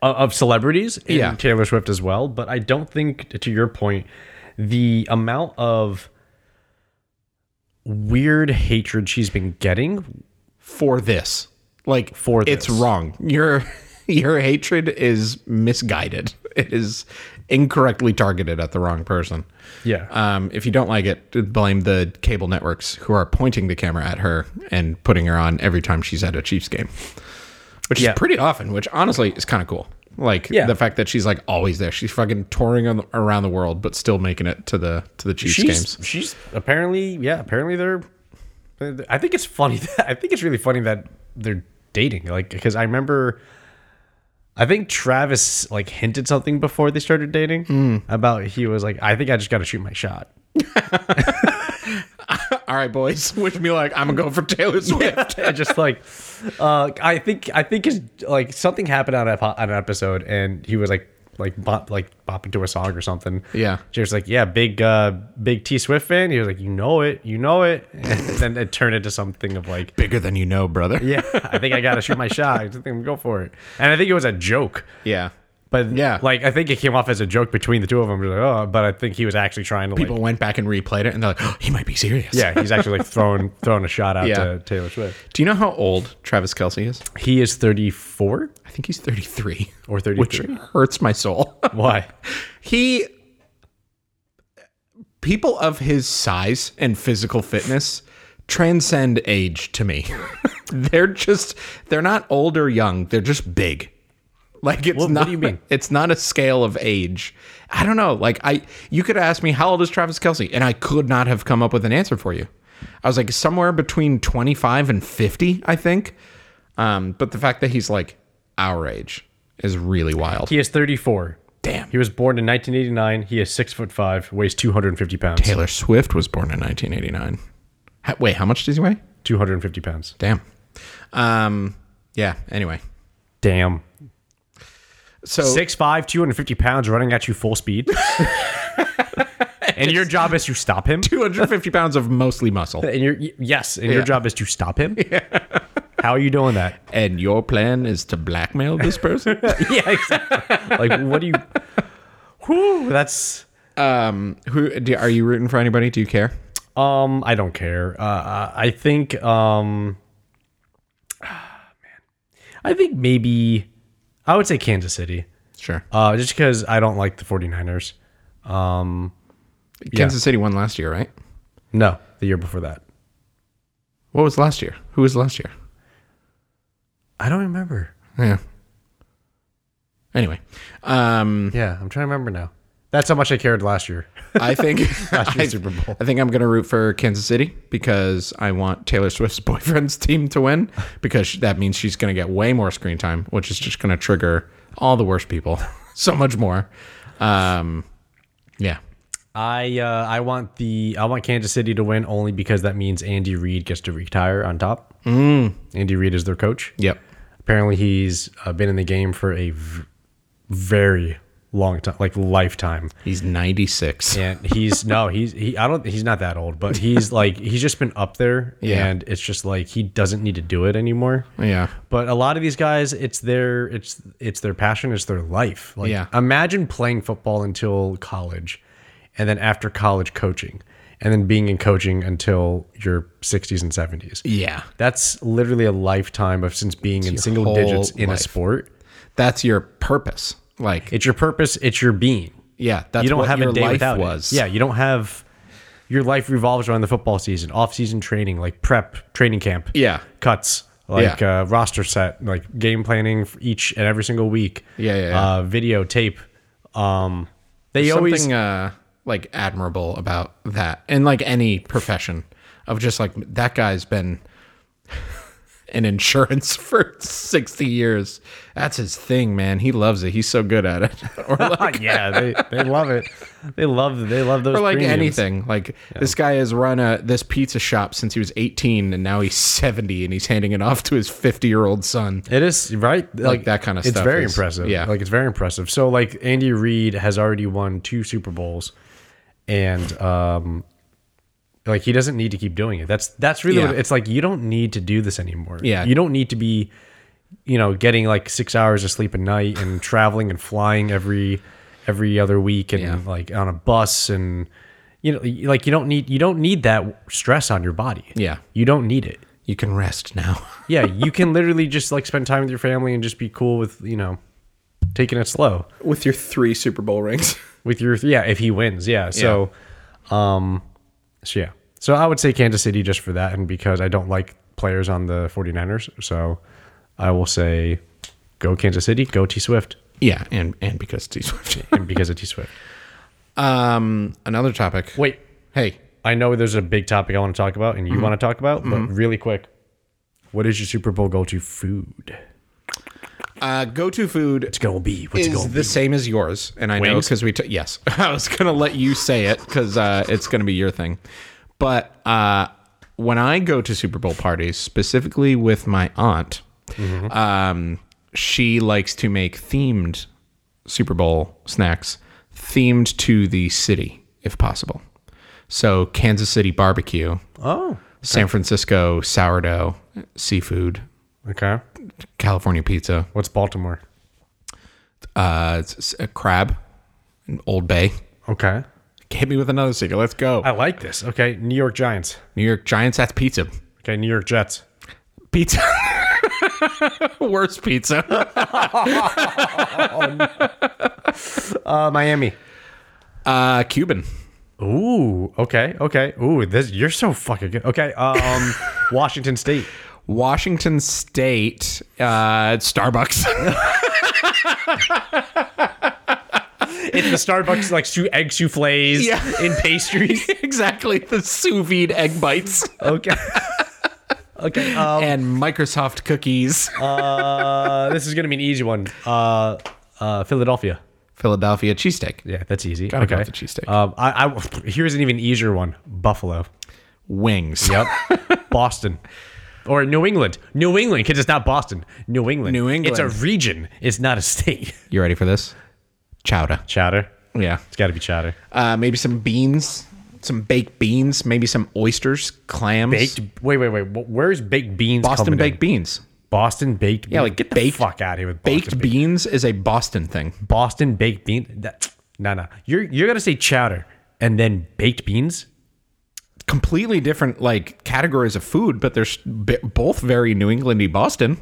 Speaker 2: o- of celebrities and
Speaker 1: Yeah.
Speaker 2: Taylor Swift as well, but I don't think to your point the amount of weird hatred she's been getting
Speaker 1: for this. Like
Speaker 2: For
Speaker 1: it's
Speaker 2: this.
Speaker 1: wrong. Your your hatred is misguided. It is incorrectly targeted at the wrong person.
Speaker 2: yeah
Speaker 1: Um, if you don't like it, blame the cable networks who are pointing the camera at her and putting her on every time she's at a Chiefs game, which
Speaker 2: Yeah.
Speaker 1: is pretty often. Which honestly is kind of cool. Like
Speaker 2: Yeah.
Speaker 1: the fact that she's like always there. She's fucking touring on, around the world, but still making it to the to the Chiefs
Speaker 2: she's
Speaker 1: games.
Speaker 2: she's apparently yeah apparently they're I think it's funny that I think it's really funny that they're dating like because I remember I think Travis like hinted something before they started dating
Speaker 1: Hmm.
Speaker 2: about he was like I think I just got to shoot my shot
Speaker 1: All right, boys, wish me like I'm gonna go for Taylor Swift.
Speaker 2: And just like uh I think I think it's like something happened on, a, po- on an episode and he was like like bop like bopping to a song or something
Speaker 1: Yeah.
Speaker 2: she was like yeah big uh big T Swift fan he was like you know it you know it and then it turned into something of like
Speaker 1: Bigger than you know, brother.
Speaker 2: Yeah, I think I gotta shoot my shot. I think I'm gonna go for it. And I think it was a joke,
Speaker 1: Yeah.
Speaker 2: but
Speaker 1: Yeah.
Speaker 2: like I think it came off as a joke between the two of them. Like, oh, but I think he was actually trying to.
Speaker 1: People
Speaker 2: Like,
Speaker 1: went back and replayed it and they're like, oh, he might be serious.
Speaker 2: yeah, he's actually like throwing throwing a shot out
Speaker 1: Yeah.
Speaker 2: to Taylor Swift.
Speaker 1: Do you know how old Travis Kelsey is?
Speaker 2: He is 34
Speaker 1: I think he's 33,
Speaker 2: or
Speaker 1: which
Speaker 2: 33.
Speaker 1: hurts my soul.
Speaker 2: Why?
Speaker 1: he. People of his size and physical fitness transcend age to me. they're just, they're not old or young. They're just big. Like it's
Speaker 2: What- what
Speaker 1: not
Speaker 2: do you mean?
Speaker 1: it's not a scale of age. I don't know. Like I you could ask me how old is Travis Kelsey? And I could not have come up with an answer for you. I was like somewhere between twenty five and fifty, I think. Um, but the fact that he's like our age is really wild.
Speaker 2: He is 34.
Speaker 1: Damn.
Speaker 2: He was born in 1989. He is six foot five, weighs 250 pounds.
Speaker 1: Taylor Swift was born in nineteen eighty nine. Wait, how much does he weigh?
Speaker 2: 250 pounds.
Speaker 1: Damn. Um yeah, anyway.
Speaker 2: Damn.
Speaker 1: So
Speaker 2: Six five, 250 pounds, running at you full speed. and your job is to stop him.
Speaker 1: two hundred and fifty pounds of mostly muscle.
Speaker 2: And your y- yes, and
Speaker 1: Yeah.
Speaker 2: your job is to stop him. How are you doing that?
Speaker 1: And your plan is to blackmail this person?
Speaker 2: yeah, exactly. like what do you? Whew, that's
Speaker 1: Um, who do, are you rooting for? Anybody? Do you care?
Speaker 2: um, I don't care. Uh, I think um, ah, man, I think maybe I would say Kansas City,
Speaker 1: Sure.
Speaker 2: uh, just because I don't like the 49ers. Um,
Speaker 1: Kansas City won last year, right?
Speaker 2: no, the year before that,
Speaker 1: What was last year? Who was last year?
Speaker 2: I don't remember.
Speaker 1: Yeah. Anyway, um,
Speaker 2: Yeah, I'm trying to remember now. That's how much I cared last year.
Speaker 1: I think
Speaker 2: Last
Speaker 1: I,
Speaker 2: year's Super Bowl.
Speaker 1: I think I'm gonna root for Kansas City because I want Taylor Swift's boyfriend's team to win because that means she's gonna get way more screen time, which is just gonna trigger all the worst people so much more. Um, yeah.
Speaker 2: I uh, I want the I want Kansas City to win only because that means Andy Reid gets to retire on top. Mm. Andy Reid is their coach.
Speaker 1: Yep.
Speaker 2: Apparently, he's uh, been in the game for a v- very long time, like lifetime.
Speaker 1: He's 96.
Speaker 2: And he's no, he's he. I don't. He's not that old, but he's like he's just been up there,
Speaker 1: Yeah.
Speaker 2: and it's just like he doesn't need to do it anymore.
Speaker 1: yeah.
Speaker 2: But a lot of these guys, it's their it's it's their passion, it's their life. Like
Speaker 1: Yeah.
Speaker 2: imagine playing football until college and then after college coaching and then being in coaching until your 60s and 70s.
Speaker 1: Yeah.
Speaker 2: That's literally a lifetime of since being in single
Speaker 1: whole
Speaker 2: digits in a
Speaker 1: life.
Speaker 2: sport.
Speaker 1: that's your purpose. Like,
Speaker 2: It's your purpose, it's your being.
Speaker 1: yeah, that's
Speaker 2: You don't
Speaker 1: what
Speaker 2: have
Speaker 1: your
Speaker 2: a day
Speaker 1: life
Speaker 2: without it.
Speaker 1: was.
Speaker 2: Yeah, you don't have your life revolves around the football season, off-season training, like prep, training camp,
Speaker 1: Yeah.
Speaker 2: cuts, like uh, roster set, like game planning for each and every single week.
Speaker 1: Yeah, yeah, yeah.
Speaker 2: Uh, video tape. Um, they always
Speaker 1: something uh, like admirable about that, and like any profession of just like that guy's been in insurance for sixty years. That's his thing, man. He loves it. He's so good at it. or like,
Speaker 2: yeah, they, they love it. They love they love those.
Speaker 1: or like
Speaker 2: premiums.
Speaker 1: anything. Like this guy has run a this pizza shop since he was eighteen, and now he's seventy, and he's handing it off to his fifty year old son.
Speaker 2: It is right, like,
Speaker 1: that kind of
Speaker 2: It's
Speaker 1: stuff
Speaker 2: very
Speaker 1: is-
Speaker 2: impressive.
Speaker 1: yeah.
Speaker 2: like it's very impressive. So like Andy Reid has already won two Super Bowls, and um, like he doesn't need to keep doing it. That's that's really
Speaker 1: Yeah.
Speaker 2: what, it's like you don't need to do this anymore.
Speaker 1: Yeah.
Speaker 2: you don't need to be, you know, getting like six hours of sleep a night and traveling and flying every every other week and
Speaker 1: Yeah.
Speaker 2: like on a bus and you know like you don't need you don't need that stress on your body.
Speaker 1: Yeah,
Speaker 2: you don't need it
Speaker 1: you can rest now.
Speaker 2: yeah, you can literally just like spend time with your family and just be cool with you know taking it slow
Speaker 1: With your three Super Bowl rings.
Speaker 2: with your yeah if he wins yeah so um so yeah so I would say Kansas City just for that and because I don't like players on the 49ers so I will say go Kansas City go T Swift
Speaker 1: yeah, and and because T Swift.
Speaker 2: and because of T Swift
Speaker 1: Um, another topic.
Speaker 2: wait Mm-hmm.
Speaker 1: Hey,
Speaker 2: I know there's a big topic I want to talk about and you want to talk about but really quick what is your Super Bowl go to food
Speaker 1: uh, go to food
Speaker 2: it's gonna be what's it
Speaker 1: is
Speaker 2: gonna
Speaker 1: the same as yours, and I know
Speaker 2: Wings?
Speaker 1: because we t- yes, I was gonna let you say it because uh, it's gonna be your thing, but uh, when I go to Super Bowl parties, specifically with my aunt,
Speaker 2: Mm-hmm.
Speaker 1: um, she likes to make themed Super Bowl snacks themed to the city if possible. So Kansas City barbecue,
Speaker 2: oh
Speaker 1: San Francisco sourdough, seafood,
Speaker 2: okay
Speaker 1: California pizza.
Speaker 2: what's Baltimore
Speaker 1: Uh, it's it's a crab, an Old Bay.
Speaker 2: Okay.
Speaker 1: Hit me with another secret. Let's go.
Speaker 2: I like this. Okay. New York Giants.
Speaker 1: New York Giants. That's pizza.
Speaker 2: Okay. New York Jets.
Speaker 1: Pizza. Worst pizza.
Speaker 2: Uh, Miami.
Speaker 1: Uh, Cuban.
Speaker 2: Ooh. Okay. Okay. Ooh. This you're so fucking good. Okay. Um, Washington State.
Speaker 1: Washington State. Uh, Starbucks.
Speaker 2: It's the Starbucks like sou- egg souffles
Speaker 1: Yeah.
Speaker 2: and pastries.
Speaker 1: exactly. The sous vide egg bites
Speaker 2: Okay. okay. Um,
Speaker 1: and Microsoft cookies.
Speaker 2: uh, this is gonna be an easy one. Uh, uh, Philadelphia.
Speaker 1: Philadelphia cheesesteak.
Speaker 2: Yeah, that's easy.
Speaker 1: Gotta
Speaker 2: okay.
Speaker 1: go with the cheesesteak.
Speaker 2: Um, I, I here's an even easier one. Buffalo.
Speaker 1: Wings.
Speaker 2: Yep. Boston. Or New England. New England, because it's not Boston. New England.
Speaker 1: New England.
Speaker 2: It's a region. It's not a state.
Speaker 1: You ready for this? Chowder.
Speaker 2: Chowder.
Speaker 1: Yeah.
Speaker 2: It's got to be chowder.
Speaker 1: Uh, maybe some beans. Some baked beans. Maybe some oysters. Clams.
Speaker 2: Baked. Wait, wait, wait. wh- Where's baked beans?
Speaker 1: Boston
Speaker 2: coming
Speaker 1: baked
Speaker 2: In?
Speaker 1: beans.
Speaker 2: Boston baked. Yeah,
Speaker 1: like,
Speaker 2: get the
Speaker 1: baked-
Speaker 2: fuck out of here with Boston
Speaker 1: Baked beans is a Boston thing.
Speaker 2: Boston baked bean. That. No, no. You're you're gonna say chowder and then baked beans.
Speaker 1: completely different like categories of food, but they're s- b- both very New Englandy Boston.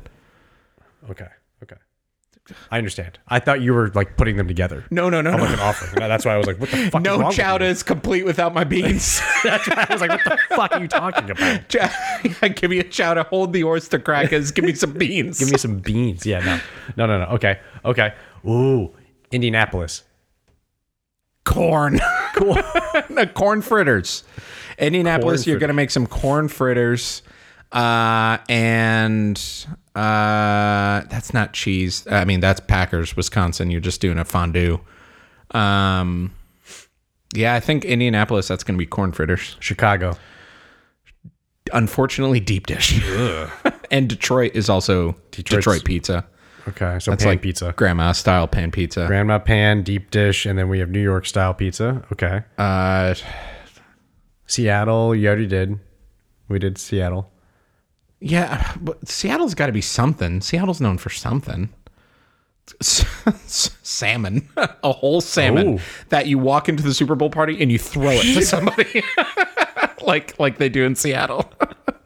Speaker 2: Okay. Okay. I understand. I thought you were like putting them together.
Speaker 1: No, no, no,
Speaker 2: I'm like
Speaker 1: no.
Speaker 2: an offering. No, That's why I was like, what the fuck? is wrong
Speaker 1: No
Speaker 2: with you?
Speaker 1: chowder is complete without my beans.
Speaker 2: That's why I was like, what the fuck are you talking about?
Speaker 1: Chow- yeah, give me a chowder. Hold the oyster crackers. Give me some beans.
Speaker 2: Give me some beans. Yeah, no. No, no, no. Okay. Okay. Ooh, Indianapolis.
Speaker 1: corn.
Speaker 2: Cool.
Speaker 1: no, corn fritters. Indianapolis,
Speaker 2: Corn
Speaker 1: you're gonna make some corn fritters, uh, and uh, that's not cheese. I mean, that's Packers, Wisconsin. You're just doing a fondue. Um, yeah, I think Indianapolis. That's gonna be corn fritters.
Speaker 2: Chicago.
Speaker 1: Unfortunately, deep dish. and Detroit is also Detroit pizza.
Speaker 2: Okay. So pan
Speaker 1: like
Speaker 2: pizza.
Speaker 1: grandma style pan pizza.
Speaker 2: Grandma pan, deep dish, and then we have New York style pizza. Okay.
Speaker 1: uh,
Speaker 2: Seattle, you already did. We did Seattle.
Speaker 1: Yeah, but Seattle's got to be something. Seattle's known for something. S- s- salmon, a whole salmon
Speaker 2: Ooh.
Speaker 1: that you walk into the Super Bowl party and you throw it to somebody, like like they do in Seattle.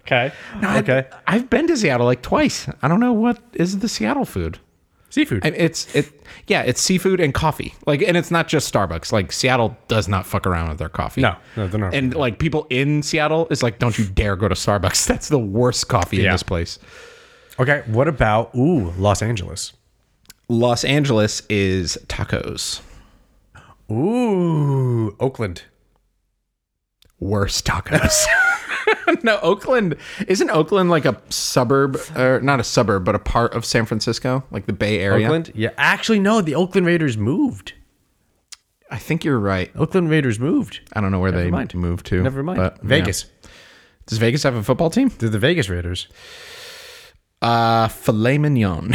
Speaker 2: Okay.
Speaker 1: I've-
Speaker 2: okay.
Speaker 1: I've been to Seattle like twice. I don't know what is the Seattle food.
Speaker 2: Seafood.
Speaker 1: And it's it yeah, it's seafood and coffee. Like and it's not just Starbucks. Like Seattle does not fuck around with their coffee.
Speaker 2: No, no, they're not.
Speaker 1: And like people in Seattle is like, don't you dare go to Starbucks. That's the worst coffee in
Speaker 2: Yeah.
Speaker 1: this place.
Speaker 2: okay, what about ooh Los Angeles?
Speaker 1: Los Angeles is tacos.
Speaker 2: Ooh, Oakland.
Speaker 1: Worst tacos. no, Oakland isn't Oakland like a suburb or not a suburb, but a part of San Francisco, like the Bay Area.
Speaker 2: Oakland? Yeah. Actually, no, the Oakland Raiders moved.
Speaker 1: I think you're right.
Speaker 2: Oakland Raiders moved.
Speaker 1: I don't know where they
Speaker 2: mind.
Speaker 1: moved to.
Speaker 2: Never mind.
Speaker 1: Oh, but, yeah.
Speaker 2: Vegas.
Speaker 1: Does Vegas have a football team?
Speaker 2: They're the Vegas Raiders.
Speaker 1: Uh, filet mignon.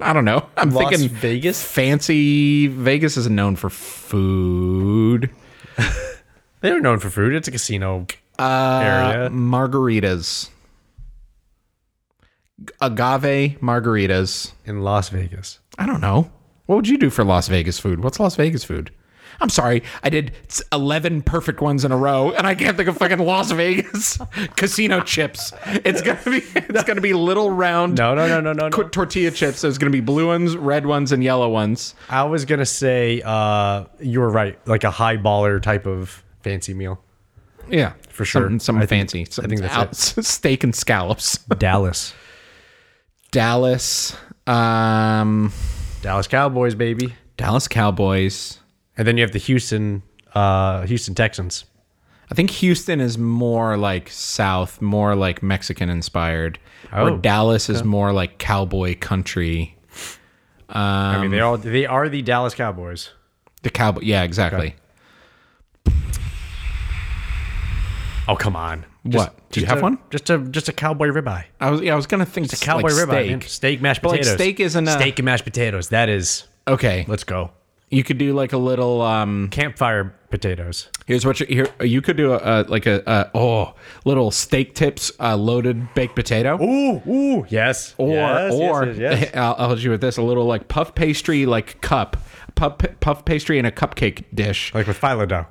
Speaker 1: I don't know. I'm
Speaker 2: Las
Speaker 1: thinking
Speaker 2: Vegas?
Speaker 1: Fancy Vegas is known for food.
Speaker 2: They're known for food. It's a casino
Speaker 1: Uh,
Speaker 2: area.
Speaker 1: Margaritas. Agave margaritas.
Speaker 2: In Las Vegas.
Speaker 1: I don't know. What would you do for Las Vegas food? What's Las Vegas food? I'm sorry. I did s- 11 perfect ones in a row and I can't think of fucking Las Vegas casino chips. It's going to be it's going to be little round
Speaker 2: No, no, no, no, no,
Speaker 1: qu-
Speaker 2: no.
Speaker 1: tortilla chips. There's going to be blue ones, red ones and yellow ones.
Speaker 2: I was gonna say uh, you were right, like a high baller type of fancy meal.
Speaker 1: Yeah, for
Speaker 2: sure.
Speaker 1: Something, something
Speaker 2: I think-
Speaker 1: fancy. Something
Speaker 2: think that's
Speaker 1: out- steak and scallops.
Speaker 2: Dallas,
Speaker 1: Dallas, um,
Speaker 2: Dallas Cowboys, baby.
Speaker 1: Dallas Cowboys.
Speaker 2: And then you have the Houston, uh, Houston Texans.
Speaker 1: I think Houston is more like South, more like Mexican inspired.
Speaker 2: Oh.
Speaker 1: or Dallas is more like cowboy country.
Speaker 2: I mean, they all they are the Dallas Cowboys.
Speaker 1: The cowboy, yeah, exactly.
Speaker 2: Oh come on!
Speaker 1: What? Do you have
Speaker 2: a-
Speaker 1: one?
Speaker 2: Just a just a cowboy ribeye.
Speaker 1: I was, yeah, I was gonna think it's
Speaker 2: Cowboy
Speaker 1: like
Speaker 2: ribeye,
Speaker 1: steak.
Speaker 2: man. steak mashed
Speaker 1: But, like,
Speaker 2: potatoes.
Speaker 1: steak isn't a-
Speaker 2: steak and mashed potatoes. That is.
Speaker 1: Okay,
Speaker 2: Let's go.
Speaker 1: you could do like a little. um
Speaker 2: Campfire potatoes.
Speaker 1: Here's what you here. You could do a, a like a, a oh little steak tips uh, loaded baked potato.
Speaker 2: Ooh, ooh, yes.
Speaker 1: or
Speaker 2: yes,
Speaker 1: or
Speaker 2: yes, yes, yes.
Speaker 1: I'll, I'll hit you with this a little like puff pastry like cup puff puff pastry and a cupcake dish
Speaker 2: like with phyllo dough.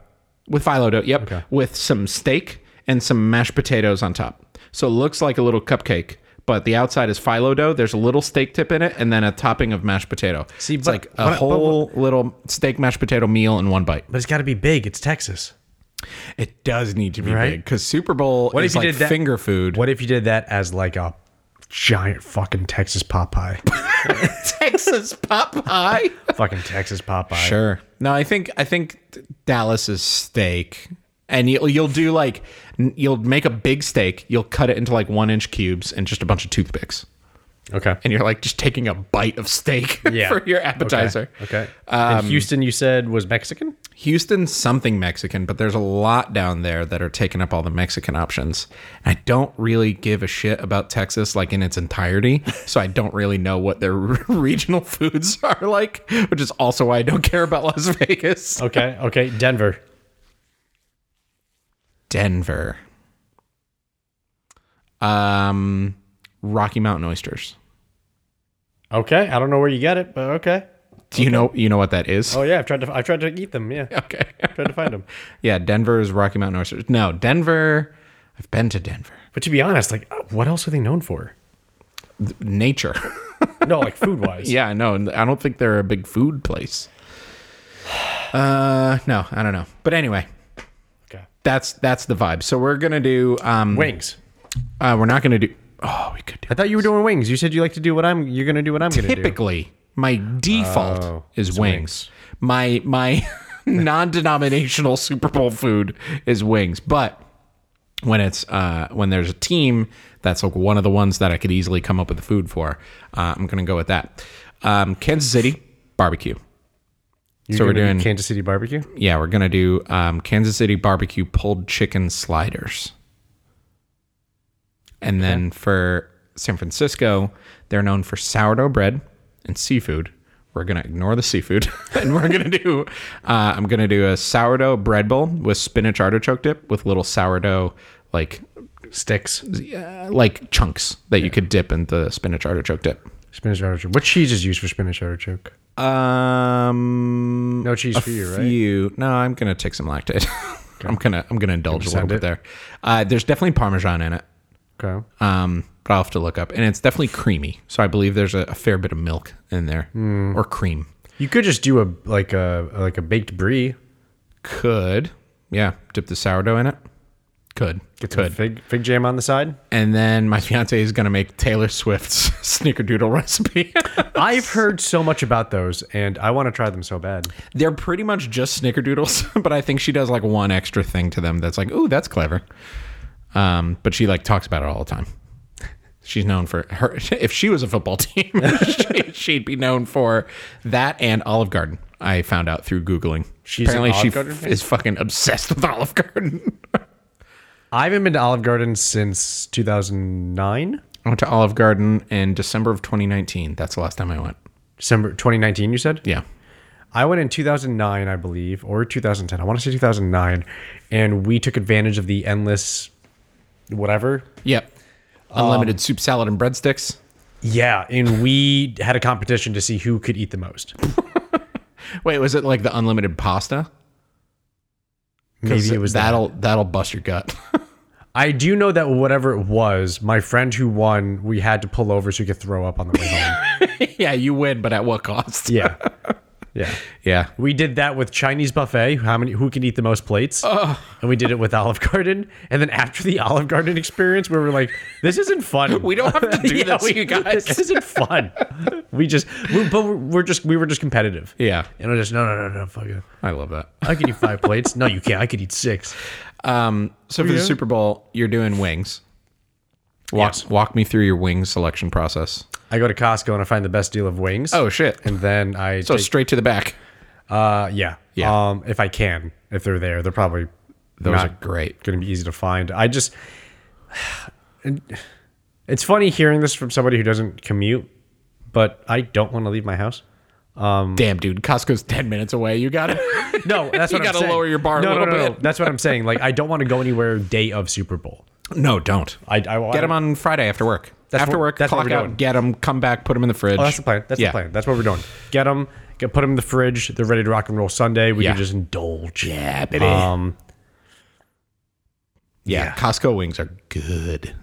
Speaker 1: with phyllo dough yep with some steak and some mashed potatoes on top so it looks like a little cupcake but the outside is phyllo dough there's a little steak tip in it and then a topping of mashed potato
Speaker 2: See,
Speaker 1: it's
Speaker 2: but-
Speaker 1: like a
Speaker 2: but- but-
Speaker 1: whole little steak mashed potato meal in one bite
Speaker 2: But it's got to be big. It's Texas.
Speaker 1: it does need to be
Speaker 2: Right?
Speaker 1: big because super bowl
Speaker 2: What
Speaker 1: is
Speaker 2: if you
Speaker 1: like
Speaker 2: did that-
Speaker 1: finger food
Speaker 2: What if you did that as like a giant fucking Texas Popeye?
Speaker 1: texas popeye
Speaker 2: fucking Texas Popeye.
Speaker 1: Sure. No, I think I think Dallas is steak, and you'll you'll do like n- you'll make a big steak. You'll cut it into like one inch cubes and just a bunch of toothpicks,
Speaker 2: Okay.
Speaker 1: and you're like just taking a bite of steak for your appetizer. Um,
Speaker 2: Okay. and Houston, you said was Mexican.
Speaker 1: Houston's something Mexican, but there's a lot down there that are taking up all the Mexican options. I don't really give a shit about Texas like in its entirety, so I don't really know what their regional foods are like, which is also why I don't care about Las Vegas.
Speaker 2: Okay. Okay. Denver.
Speaker 1: Denver. Um, Rocky Mountain oysters.
Speaker 2: Okay. I don't know where you get it, but okay.
Speaker 1: Do you know you know what that is?
Speaker 2: Oh yeah, I've tried to. I've tried to eat them. Yeah.
Speaker 1: Okay.
Speaker 2: Tried to find them.
Speaker 1: yeah, Denver is Rocky Mountain oysters. No, Denver. I've been to Denver.
Speaker 2: But to be honest, like, what else are they known for?
Speaker 1: Nature.
Speaker 2: No, like food wise.
Speaker 1: yeah, I know. and I don't think they're a big food place. Uh, no, I don't know. But anyway,
Speaker 2: Okay.
Speaker 1: that's that's the vibe. So we're gonna do. Um,
Speaker 2: Wings.
Speaker 1: uh, we're not gonna do. Oh, we could do.
Speaker 2: I thought you were doing wings. You said you like to do what I'm. You're gonna do what I'm gonna do.
Speaker 1: typically my default
Speaker 2: Oh,
Speaker 1: is wings. My my non-denominational Super Bowl food is wings, but when it's uh, when there's a team that's like one of the ones that I could easily come up with the food for, uh, I'm gonna go with that. Um, Kansas City barbecue.
Speaker 2: You're
Speaker 1: So we're
Speaker 2: gonna do
Speaker 1: doing-
Speaker 2: Kansas City barbecue.
Speaker 1: Yeah, we're gonna do um, Kansas City barbecue pulled chicken sliders. And then for San Francisco, they're known for sourdough bread and seafood. We're gonna ignore the seafood, and we're gonna do. Uh, I'm gonna do a sourdough bread bowl with spinach artichoke dip with little sourdough like
Speaker 2: Sticks.
Speaker 1: uh, like chunks that you could dip into spinach artichoke dip.
Speaker 2: Spinach artichoke. What cheese is used for spinach artichoke?
Speaker 1: Um,
Speaker 2: No cheese for you, right?
Speaker 1: few. No, I'm gonna take some lactate. I'm gonna I'm gonna indulge a little
Speaker 2: Send
Speaker 1: bit
Speaker 2: it.
Speaker 1: there. Uh, there's definitely Parmesan in it.
Speaker 2: Okay.
Speaker 1: Um, but I'll have to look up. And it's definitely creamy. So I believe there's a, a fair bit of milk in there
Speaker 2: Hmm.
Speaker 1: or cream.
Speaker 2: You could just do a like a like a baked brie.
Speaker 1: Could. Yeah. Dip the sourdough in it. Could.
Speaker 2: Get some
Speaker 1: Could.
Speaker 2: fig fig jam on the side.
Speaker 1: And then my fiance is going to make Taylor Swift's snickerdoodle recipe.
Speaker 2: I've heard so much about those, and I want to try them so bad.
Speaker 1: They're pretty much just snickerdoodles, but I think she does like one extra thing to them that's like, ooh, that's clever. Um, but she like talks about it all the time. She's known for her. If she was a football team, she, she'd be known for that and Olive Garden. I found out through googling.
Speaker 2: She's an
Speaker 1: Apparently, she
Speaker 2: Olive Garden
Speaker 1: f-
Speaker 2: fan?
Speaker 1: is fucking obsessed with Olive Garden.
Speaker 2: I haven't been to Olive Garden since 2009,
Speaker 1: I went to Olive Garden in December of 2019. That's the last time I went.
Speaker 2: December 2019. You said
Speaker 1: Yeah,
Speaker 2: I went in 2009, I believe, or 2010. I want to say 2009, and we took advantage of the endless whatever.
Speaker 1: yep.
Speaker 2: Um,
Speaker 1: Unlimited soup, salad, and breadsticks.
Speaker 2: Yeah, and we had a competition to see who could eat the most.
Speaker 1: Wait, was it like the unlimited pasta? 'Cause
Speaker 2: Maybe it was that.
Speaker 1: that'll that'll bust your gut.
Speaker 2: I do know that whatever it was, my friend who won, we had to pull over so we could throw up on the way home.
Speaker 1: yeah, you win, but at what cost?
Speaker 2: Yeah. Yeah.
Speaker 1: Yeah.
Speaker 2: We did that with Chinese buffet. How many? Who can eat the most plates? And we did it with Olive Garden. And then after the Olive Garden experience, we were like, "This isn't fun.
Speaker 1: We don't have to do
Speaker 2: Yeah,
Speaker 1: this,
Speaker 2: we-
Speaker 1: you guys.
Speaker 2: This isn't fun. we just, we, but we're, we're just, we were just competitive.
Speaker 1: Yeah.
Speaker 2: And we're just, no, no, no, no, fuck it.
Speaker 1: I love that.
Speaker 2: I can eat five plates. No, you can't. I could eat six.
Speaker 1: Um, so for the Super Bowl, you're doing wings. Walk,
Speaker 2: Yes.
Speaker 1: walk me through your wing selection process.
Speaker 2: I go to Costco and I find the best deal of wings.
Speaker 1: Oh shit.
Speaker 2: and then I
Speaker 1: So
Speaker 2: take,
Speaker 1: straight to the back.
Speaker 2: uh, yeah,
Speaker 1: Yeah.
Speaker 2: Um, if I can, if they're there, they're probably
Speaker 1: Those
Speaker 2: not
Speaker 1: are great.
Speaker 2: going to be easy to find. I just, and it's funny hearing this from somebody who doesn't commute, but I don't want to leave my house. Um,
Speaker 1: Damn, dude. Costco's 10 minutes away. You got it.
Speaker 2: No, that's
Speaker 1: You
Speaker 2: what I'm
Speaker 1: gotta
Speaker 2: saying.
Speaker 1: lower your bar a
Speaker 2: no, no,
Speaker 1: little
Speaker 2: no, no,
Speaker 1: bit.
Speaker 2: That's what I'm saying. Like, I don't want to go anywhere day of Super Bowl.
Speaker 1: no, don't.
Speaker 2: I, I want
Speaker 1: Get them on Friday after work.
Speaker 2: That's
Speaker 1: after
Speaker 2: what-
Speaker 1: work,
Speaker 2: that's what
Speaker 1: clock
Speaker 2: we're
Speaker 1: out,
Speaker 2: doing.
Speaker 1: get them, come back, put them in the fridge.
Speaker 2: Oh, that's the plan. That's
Speaker 1: Yeah.
Speaker 2: the plan. That's what we're doing. Get them. Get put them in the fridge. They're ready to rock and roll Sunday. We
Speaker 1: Yeah.
Speaker 2: can just indulge.
Speaker 1: Yeah, baby.
Speaker 2: Um,
Speaker 1: yeah,
Speaker 2: yeah.
Speaker 1: Costco wings are good.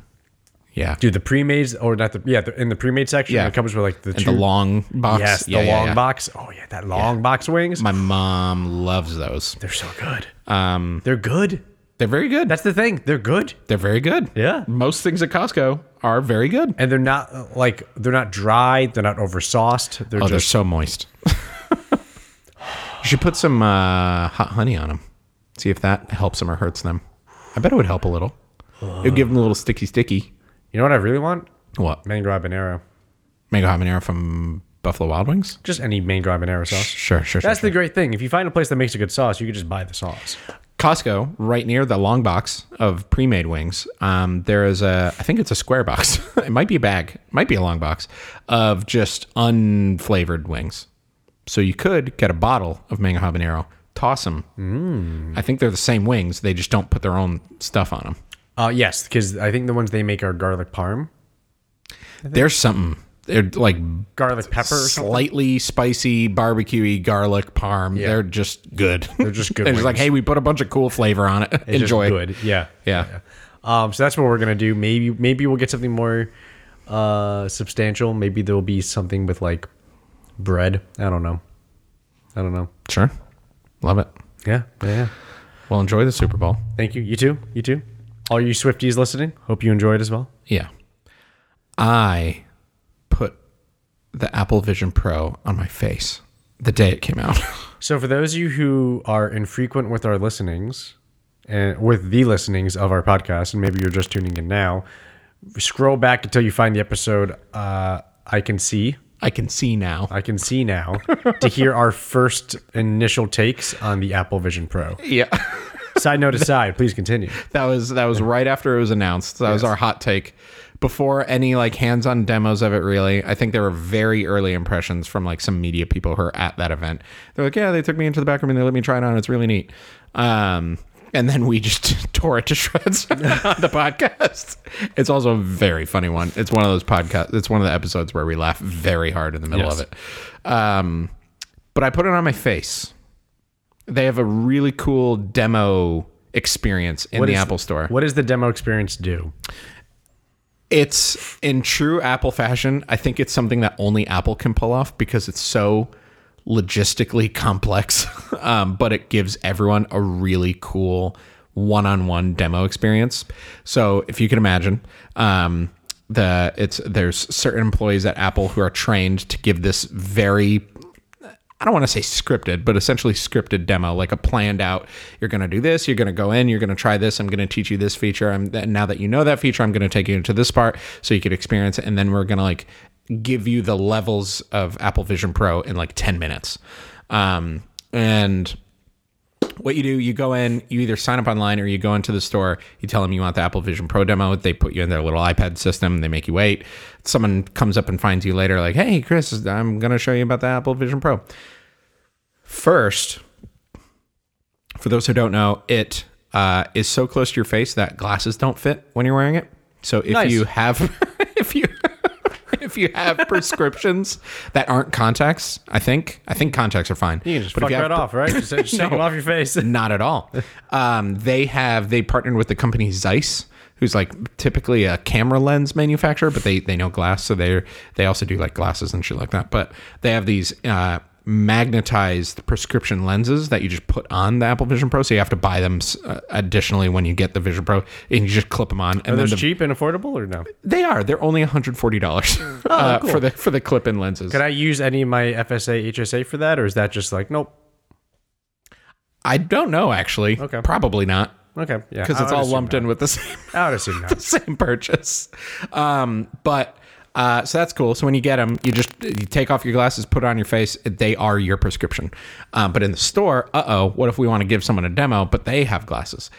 Speaker 1: Yeah.
Speaker 2: dude, the pre-mades or not the yeah the, in the pre-made section.
Speaker 1: Yeah.
Speaker 2: it comes with like the
Speaker 1: and
Speaker 2: two
Speaker 1: the long box.
Speaker 2: Yes, the
Speaker 1: Yeah, yeah,
Speaker 2: long
Speaker 1: yeah.
Speaker 2: box. Oh yeah, that long box wings.
Speaker 1: My mom loves those.
Speaker 2: They're so good.
Speaker 1: Um,
Speaker 2: They're good.
Speaker 1: they're very good.
Speaker 2: That's the thing. They're good.
Speaker 1: They're very good.
Speaker 2: Yeah.
Speaker 1: Most things at Costco are very good.
Speaker 2: And they're not uh, like they're not dry. They're not oversauced. They're
Speaker 1: Oh, they're
Speaker 2: just
Speaker 1: so moist. you should put some uh, hot honey on them. See if that helps them or hurts them. I bet it would help a little. it would give them a little sticky, sticky.
Speaker 2: you know what I really want?
Speaker 1: What?
Speaker 2: Mango habanero.
Speaker 1: Mango habanero from Buffalo Wild Wings?
Speaker 2: Just any mango habanero sauce.
Speaker 1: Sure, sure, sure.
Speaker 2: That's the great thing. If you find a place that makes a good sauce, you can just buy the sauce.
Speaker 1: Costco, right near the long box of pre-made wings, um, there is a, I think it's a square box. it might be a bag, it might be a long box of just unflavored wings. So you could get a bottle of mango habanero, toss them.
Speaker 2: Mm.
Speaker 1: I think they're the same wings. They just don't put their own stuff on them.
Speaker 2: Uh, yes, because I think the ones they make are garlic parm,
Speaker 1: There's something. They're like
Speaker 2: garlic pepper. Or something.
Speaker 1: slightly spicy, barbecuey, garlic parm. They're just good. They're
Speaker 2: just good
Speaker 1: They're just like,
Speaker 2: wings.
Speaker 1: hey, we put a bunch of cool flavor on it.
Speaker 2: It's just
Speaker 1: Enjoy.
Speaker 2: Good. Yeah.
Speaker 1: Yeah.
Speaker 2: Um, so that's what we're gonna do. Maybe maybe we'll get something more uh, substantial. Maybe there'll be something with like bread. I don't know. I don't know.
Speaker 1: Sure. Love it.
Speaker 2: Yeah, yeah. yeah.
Speaker 1: Well, enjoy the Super Bowl.
Speaker 2: Thank you. You too. You too. All you Swifties listening, hope you enjoyed as well.
Speaker 1: Yeah. I put the Apple Vision Pro on my face the day it came out.
Speaker 2: So for those of you who are infrequent with our listenings, and with the listenings of our podcast, and maybe you're just tuning in now, scroll back until you find the episode. Uh, I can see.
Speaker 1: I can see now.
Speaker 2: I can see now to hear our first initial takes on the Apple Vision Pro.
Speaker 1: Yeah.
Speaker 2: Side note aside, please continue.
Speaker 1: that was that was right after it was announced. That was our hot take before any like hands-on demos of it really. I think there were very early impressions from like some media people who are at that event. They're like, "Yeah, they took me into the back room and they let me try it on. It's really neat." Um and then we just tore it to shreds on the podcast. It's also a very funny one. It's one of those podcasts. It's one of the episodes where we laugh very hard in the middle
Speaker 2: Yes.
Speaker 1: of it. Um, but I put it on my face. They have a really cool demo experience in the
Speaker 2: is-
Speaker 1: Apple Store.
Speaker 2: What does the demo experience do?
Speaker 1: It's in true Apple fashion. I think it's something that only Apple can pull off because it's so logistically complex, um, but it gives everyone a really cool one on one demo experience. So if you can imagine, um, the it's there's certain employees at Apple who are trained to give this very I don't want to say scripted, but essentially scripted demo, like a planned out. You're going to do this. You're going to go in. You're going to try this. I'm going to teach you this feature. I'm th- now that you know that feature, I'm going to take you to this part so you could experience it, and then we're going to like give you the levels of Apple Vision Pro in like 10 minutes. Um, and what you do, you go in, you either sign up online or you go into the store. You tell them you want the Apple Vision Pro demo. They put you in their little iPad system. They make you wait. Someone comes up and finds you later, like, hey, Chris, I'm going to show you about the Apple Vision Pro. First, for those who don't know, it uh, is so close to your face that glasses don't fit when you're wearing it. So if
Speaker 2: Nice.
Speaker 1: you have, if you if you have prescriptions that aren't contacts, I think I think contacts are fine.
Speaker 2: You can just
Speaker 1: But if
Speaker 2: fuck
Speaker 1: you have
Speaker 2: that
Speaker 1: pre-
Speaker 2: off, right? Just, just take
Speaker 1: No.
Speaker 2: it off your face.
Speaker 1: not at all. Um, they have they partnered with the company Zeiss, who's like typically a camera lens manufacturer, but they they know glass, so they they also do like glasses and shit like that. But they have these uh, magnetized prescription lenses that you just put on the Apple Vision Pro, so you have to buy them uh, additionally when you get the Vision Pro, and you just clip them on. And
Speaker 2: Are
Speaker 1: then
Speaker 2: those
Speaker 1: the,
Speaker 2: cheap and affordable or no?
Speaker 1: they are they're only one hundred forty dollars uh, for the for the clip in lenses.
Speaker 2: Can Oh, I use any of my FSA, HSA for that, or is that just like nope?
Speaker 1: I don't know actually.
Speaker 2: Okay.
Speaker 1: probably not
Speaker 2: Okay, yeah,
Speaker 1: because
Speaker 2: I
Speaker 1: it's
Speaker 2: would
Speaker 1: all
Speaker 2: assume
Speaker 1: lumped
Speaker 2: not.
Speaker 1: in with the same.
Speaker 2: I would assume not.
Speaker 1: the same purchase. Um, but uh, so that's cool. So when you get them, you just you take off your glasses, put it on your face. They are your prescription. Um, but in the store, uh oh, what if we want to give someone a demo, but they have glasses?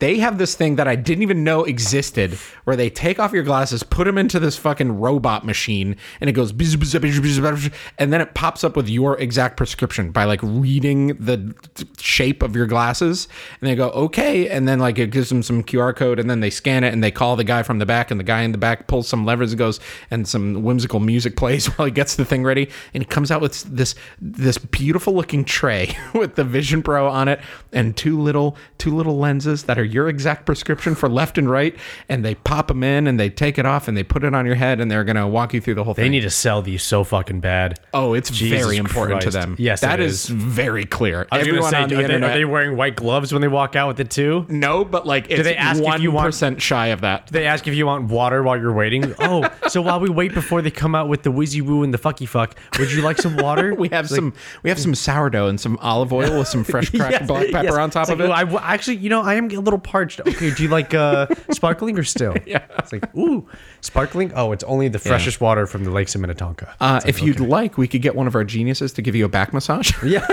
Speaker 1: They have this thing that I didn't even know existed where they take off your glasses, put them into this fucking robot machine, and it goes, bzz, bzz, bzz, bzz, bzz, and then it pops up with your exact prescription by like reading the t- shape of your glasses. And they go, okay. And then like it gives them some QR code, and then they scan it and they call the guy from the back, and the guy in the back pulls some levers and goes, and some whimsical music plays while he gets the thing ready. And he comes out with this this beautiful looking tray with the Vision Pro on it and two little two little lenses that are your exact prescription for left and right. And they pop them in and they take it off and they put it on your head and they're gonna walk you through the whole
Speaker 2: They
Speaker 1: thing.
Speaker 2: need to sell these so fucking bad.
Speaker 1: oh, it's
Speaker 2: Jesus
Speaker 1: very important to
Speaker 2: Christ.
Speaker 1: them.
Speaker 2: Yes,
Speaker 1: that
Speaker 2: it
Speaker 1: is. very clear.
Speaker 2: I was gonna
Speaker 1: Everyone
Speaker 2: say,
Speaker 1: on the
Speaker 2: are, they,
Speaker 1: internet.
Speaker 2: are they wearing white gloves when they walk out with it too? Do
Speaker 1: no, but like it's
Speaker 2: they ask if you want-
Speaker 1: 1% shy of that.
Speaker 2: they ask if you want water while you're waiting? Oh, so while we wait before they come out with the whizzy woo and the fucky fuck, would you like some water?
Speaker 1: We have some we have some sourdough and some olive oil with some fresh cracked
Speaker 2: Yes,
Speaker 1: black pepper
Speaker 2: yes.
Speaker 1: on top of
Speaker 2: It's like,
Speaker 1: it.
Speaker 2: "Ooh, I w- actually, you know, I am a little parched. Okay, do you like uh, sparkling or still? Yeah. It's like, ooh, sparkling. Oh, it's only the freshest water from the lakes of Minnetonka.
Speaker 1: Uh, if you'd like, we could get one of our geniuses to give you a back massage.
Speaker 2: yeah.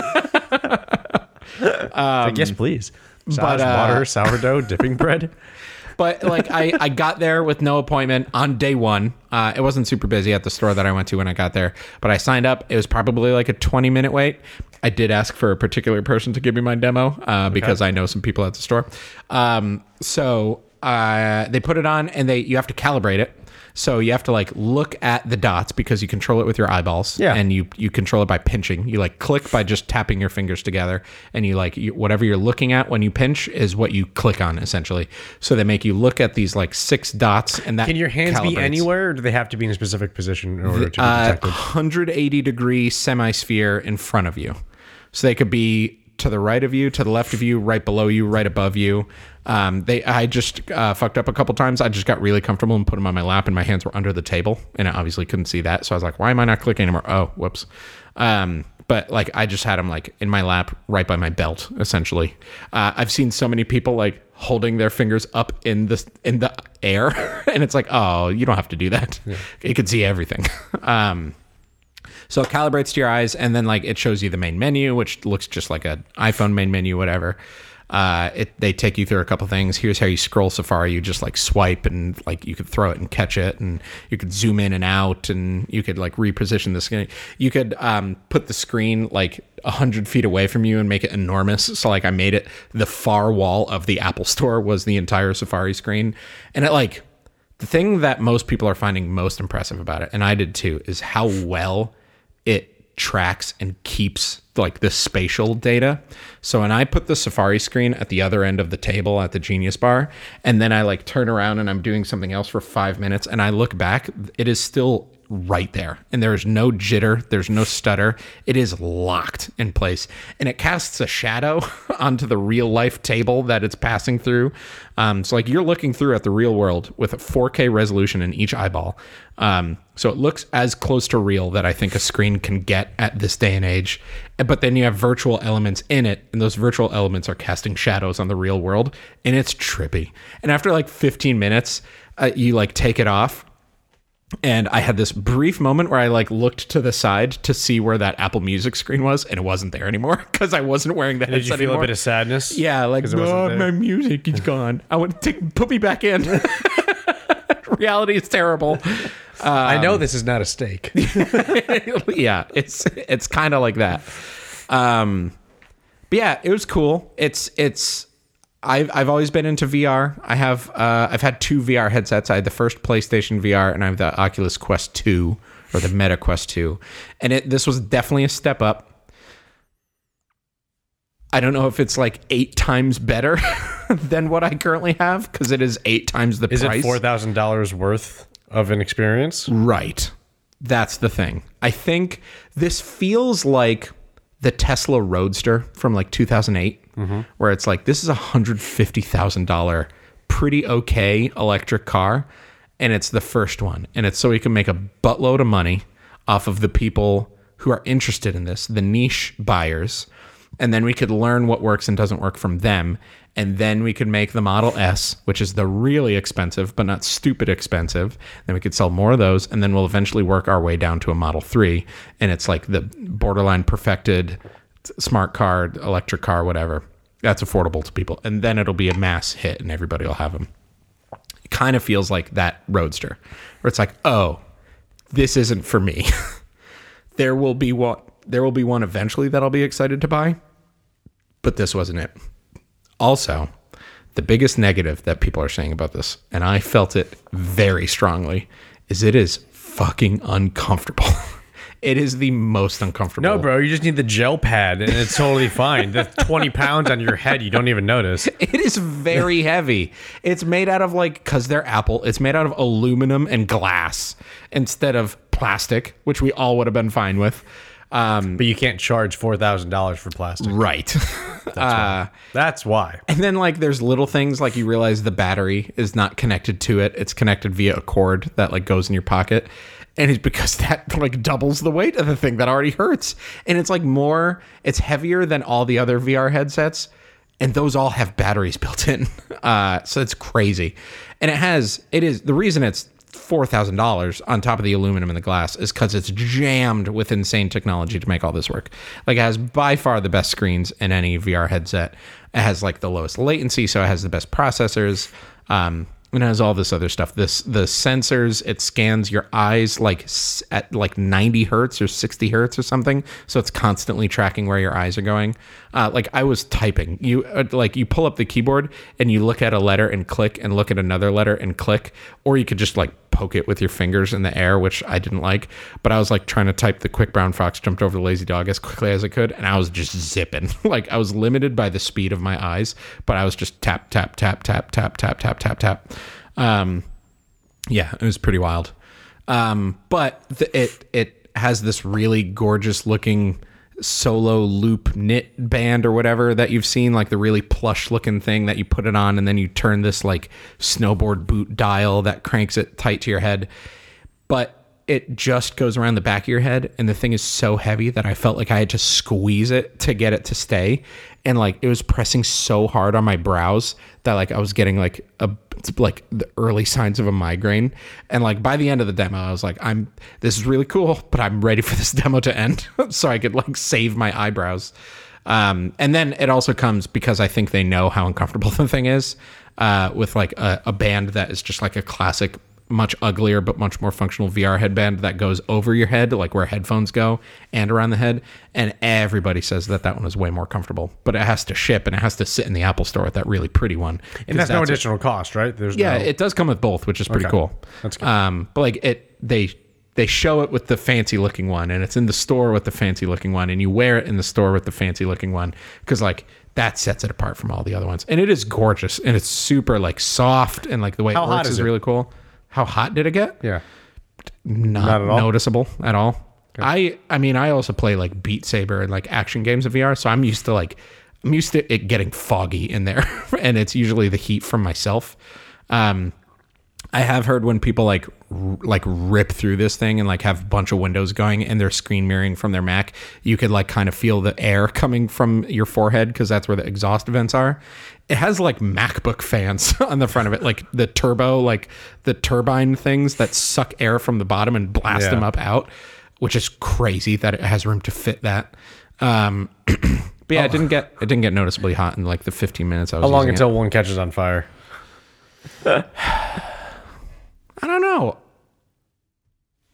Speaker 2: It's like, yes, please. Massage,
Speaker 1: Um, uh,
Speaker 2: water, sourdough, dipping bread.
Speaker 1: but like, I, I got there with no appointment on day one. Uh, it wasn't super busy at the store that I went to when I got there, but I signed up. It was probably like a 20 minute wait. I did ask for a particular person to give me my demo uh, because I know some people at the store. Um, so uh, they put it on and they you have to calibrate it. So you have to like look at the dots because you control it with your eyeballs.
Speaker 2: Yeah.
Speaker 1: And you you control it by pinching. You like click by just tapping your fingers together, and you like you, whatever you're looking at when you pinch is what you click on essentially. So they make you look at these like six dots, and that
Speaker 2: Can your hands be
Speaker 1: calibrates.
Speaker 2: anywhere, or do they have to be in a specific position in order to be
Speaker 1: Uh,
Speaker 2: detected?
Speaker 1: 180 degree semisphere in front of you, so they could be to the right of you, to the left of you, right below you, right above you. Um, they, I just uh, fucked up a couple times. I just got really comfortable and put them on my lap, and my hands were under the table, and I obviously couldn't see that. So I was like, "Why am I not clicking anymore?" Oh, whoops. Um, but like, I just had them like in my lap, right by my belt, essentially. Uh, I've seen so many people like holding their fingers up in the in the air, and it's like, oh, you don't have to do that. You can see everything. um, so it calibrates to your eyes, and then like it shows you the main menu, which looks just like an iPhone main menu, whatever. Uh, it they take you through a couple things. Here's how you scroll Safari. You just like swipe and like you could throw it and catch it, and you could zoom in and out, and you could like reposition the screen. You could um, put the screen like a hundred feet away from you and make it enormous. So like I made it the far wall of the Apple Store was the entire Safari screen, and it like the thing that most people are finding most impressive about it, and I did too, is how well it it tracks and keeps like the spatial data. So when I put the Safari screen at the other end of the table at the Genius Bar, and then I like turn around and I'm doing something else for five minutes, and I look back, it is still right there. And there is no jitter, there's no stutter. It is locked in place. And it casts a shadow onto the real life table that it's passing through. Um, so, like, you're looking through at the real world with a 4K resolution in each eyeball. Um, so, it looks as close to real that I think a screen can get at this day and age. But then you have virtual elements in it, and those virtual elements are casting shadows on the real world. And it's trippy. And after like 15 minutes, uh, you like take it off and I had this brief moment where I like looked to the side to see where that Apple Music screen was, and it wasn't there anymore because I wasn't wearing the
Speaker 2: Did you
Speaker 1: headset
Speaker 2: feel
Speaker 1: anymore.
Speaker 2: a bit of sadness?
Speaker 1: yeah, like
Speaker 2: 'Cause it wasn't
Speaker 1: oh,
Speaker 2: there?
Speaker 1: my music is gone. I want to take, put me back in. Reality is terrible.
Speaker 2: I know this Um, is not a steak.
Speaker 1: yeah, it's it's kind of like that. Um, but yeah, it was cool. It's it's I've I've always been into VR. I have uh, I've had two VR headsets. I had the first PlayStation VR, and I have the Oculus Quest Two or the Meta Quest Two, and it this was definitely a step up. I don't know if it's like eight times better than what I currently have because it is eight times the
Speaker 2: Is
Speaker 1: price.
Speaker 2: it four thousand dollars worth of an experience?
Speaker 1: Right. That's the thing. I think this feels like the Tesla Roadster from like 2008, where it's like, this is a $150,000 pretty okay electric car. And it's the first one. And it's so we can make a buttload of money off of the people who are interested in this, the niche buyers. And then we could learn what works and doesn't work from them. And then we could make the Model S, which is the really expensive, but not stupid expensive. Then we could sell more of those. And then we'll eventually work our way down to a Model 3. And it's like the borderline perfected t- smart car, electric car, whatever. That's affordable to people. And then it'll be a mass hit and everybody will have them it kind of feels like that roadster where it's like oh this isn't for me there will be one there will be one eventually that i'll be excited to buy but this wasn't it also the biggest negative that people are saying about this and i felt it very strongly is it is fucking uncomfortable it is the most uncomfortable
Speaker 2: No, bro. You just need the gel pad, and it's totally fine. The twenty pounds on your head, you don't even notice.
Speaker 1: It is very heavy. It's made out of like because they're Apple. It's made out of aluminum and glass instead of plastic, which we all would have been fine with. Um,
Speaker 2: But you can't charge four thousand dollars for plastic.
Speaker 1: right.
Speaker 2: That's why.
Speaker 1: and then like there's little things like you realize the battery is not connected to it. It's connected via a cord that like goes in your pocket. And it's because that like doubles the weight of the thing that already hurts. And it's like more it's heavier than all the other VR headsets. And those all have batteries built in. Uh, so it's crazy. And it has it is the reason it's four thousand dollars on top of the aluminum and the glass is because it's jammed with insane technology to make all this work. Like it has by far the best screens in any VR headset. It has like the lowest latency, so it has the best processors. Um, and it has all this other stuff. This the sensors. It scans your eyes like s- at like ninety hertz or sixty hertz or something. So it's constantly tracking where your eyes are going. Uh, like I was typing, you uh, like you pull up the keyboard and you look at a letter and click, and look at another letter and click, or you could just like poke it with your fingers in the air, which I didn't like. But I was like trying to type the quick brown fox jumped over the lazy dog as quickly as I could, and I was just zipping. like I was limited by the speed of my eyes, but I was just tap tap tap tap tap tap tap tap tap. Um, yeah, it was pretty wild. Um, but the, it it has this really gorgeous looking solo loop knit band or whatever that you've seen, like the really plush looking thing that you put it on, and then you turn this like snowboard boot dial that cranks it tight to your head. But it just goes around the back of your head, and the thing is so heavy that I felt like I had to squeeze it to get it to stay, and like it was pressing so hard on my brows that like I was getting like a it's like the early signs of a migraine. And like by the end of the demo, I was like, I'm this is really cool, but I'm ready for this demo to end so I could like save my eyebrows. Um, and then it also comes because I think they know how uncomfortable the thing is uh, with like a, a band that is just like a classic, much uglier but much more functional VR headband that goes over your head, like where headphones go and around the head. And everybody says that that one is way more comfortable, but it has to ship and it has to sit in the Apple store with that really pretty one.
Speaker 2: And that's, no additional cost, right? There's
Speaker 1: Yeah,
Speaker 2: no,
Speaker 1: it does come with both, which is pretty cool.
Speaker 2: That's good.
Speaker 1: Um, but like it, they they show it with the fancy looking one and it's in the store with the fancy looking one and you wear it in the store with the fancy looking one because like that sets it apart from all the other ones and it is gorgeous and it's super like soft and like the way
Speaker 2: How
Speaker 1: it
Speaker 2: hot
Speaker 1: works
Speaker 2: is
Speaker 1: is,
Speaker 2: it?
Speaker 1: really cool how hot did it get
Speaker 2: Yeah.
Speaker 1: not,
Speaker 2: Not at all?
Speaker 1: noticeable at all i i mean i also play like beat saber and like action games of vr so i'm used to like i'm used to it getting foggy in there and it's usually the heat from myself um I have heard when people like r- like rip through this thing and like have a bunch of windows going and they're screen mirroring from their Mac, you could like kind of feel the air coming from your forehead because that's where the exhaust vents are. It has like MacBook fans on the front of it, like the turbo, like the turbine things that suck air from the bottom and blast
Speaker 2: Yeah.
Speaker 1: them up out, which is crazy that it has room to fit that. Um, but yeah, it didn't get it didn't get noticeably hot in like the 15 minutes I was
Speaker 2: Oh. How long
Speaker 1: using it.
Speaker 2: until one catches on fire?
Speaker 1: I don't know.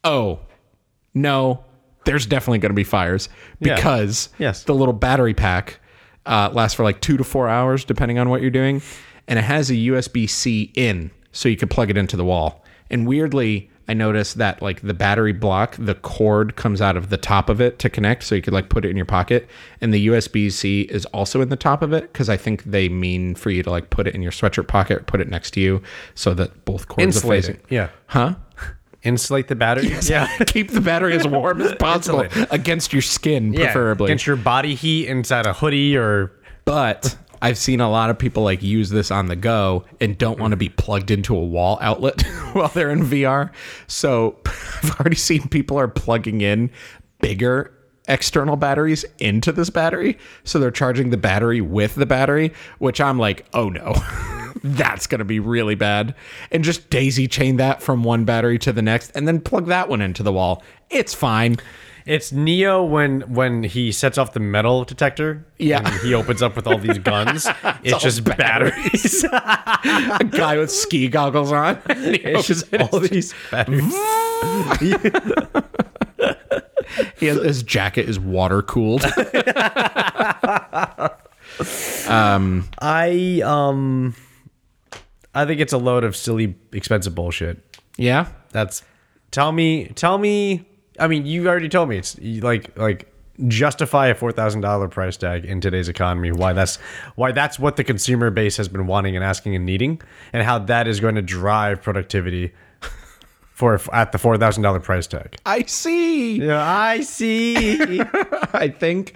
Speaker 1: Oh, no. There's definitely going to be fires
Speaker 2: Yeah.
Speaker 1: because
Speaker 2: Yes.
Speaker 1: the little battery pack uh, lasts for like two to four hours, depending on what you're doing. And it has a USB C in, so you could plug it into the wall. And weirdly, I noticed that like the battery block, the cord comes out of the top of it to connect, so you could like put it in your pocket. And the USB C is also in the top of it because I think they mean for you to like put it in your sweatshirt pocket, put it next to you, so that both cords are facing.
Speaker 2: Yeah.
Speaker 1: Huh?
Speaker 2: Insulate the battery. Yeah.
Speaker 1: Keep the battery as warm as possible against your skin, preferably.
Speaker 2: Get your body heat inside a hoodie or
Speaker 1: but I've seen a lot of people like use this on the go and don't want to be plugged into a wall outlet while they're in VR. So I've already seen people are plugging in bigger external batteries into this battery. So they're charging the battery with the battery, which I'm like, oh no. That's going to be really bad. And just daisy chain that from one battery to the next and then plug that one into the wall. It's fine.
Speaker 2: It's Neo when when he sets off the metal detector.
Speaker 1: Yeah.
Speaker 2: and he opens up with all these guns. it's just batteries.
Speaker 1: a guy with ski goggles on. And he
Speaker 2: It's just
Speaker 1: opens it,
Speaker 2: all
Speaker 1: it's
Speaker 2: these batteries.
Speaker 1: just- he has- his jacket is water cooled.
Speaker 2: I um, I think it's a load of silly, expensive bullshit.
Speaker 1: yeah.
Speaker 2: That's tell me, tell me. I mean, you already told me it's you- like like justify a four thousand dollar price tag in today's economy. Why that's why that's what the consumer base has been wanting and asking and needing, and how that is going to drive productivity for at the four thousand dollar price tag.
Speaker 1: I see.
Speaker 2: Yeah, I see.
Speaker 1: I think.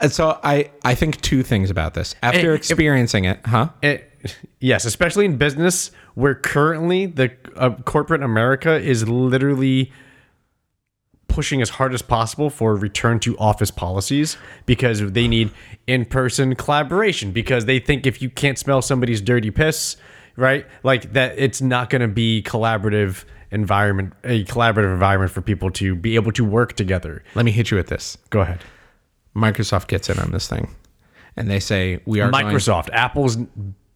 Speaker 1: And so I, I think two things about this. After experiencing it, huh?
Speaker 2: It, yes, especially in business where currently the uh, corporate America is literally pushing as hard as possible for return to office policies because they need in-person collaboration because they think if you can't smell somebody's dirty piss, right? Like that it's not going to be collaborative environment a collaborative environment for people to be able to work together.
Speaker 1: Let me hit you with this.
Speaker 2: Go ahead.
Speaker 1: Microsoft gets in on this thing, and they say we are going-
Speaker 2: Microsoft, Apple's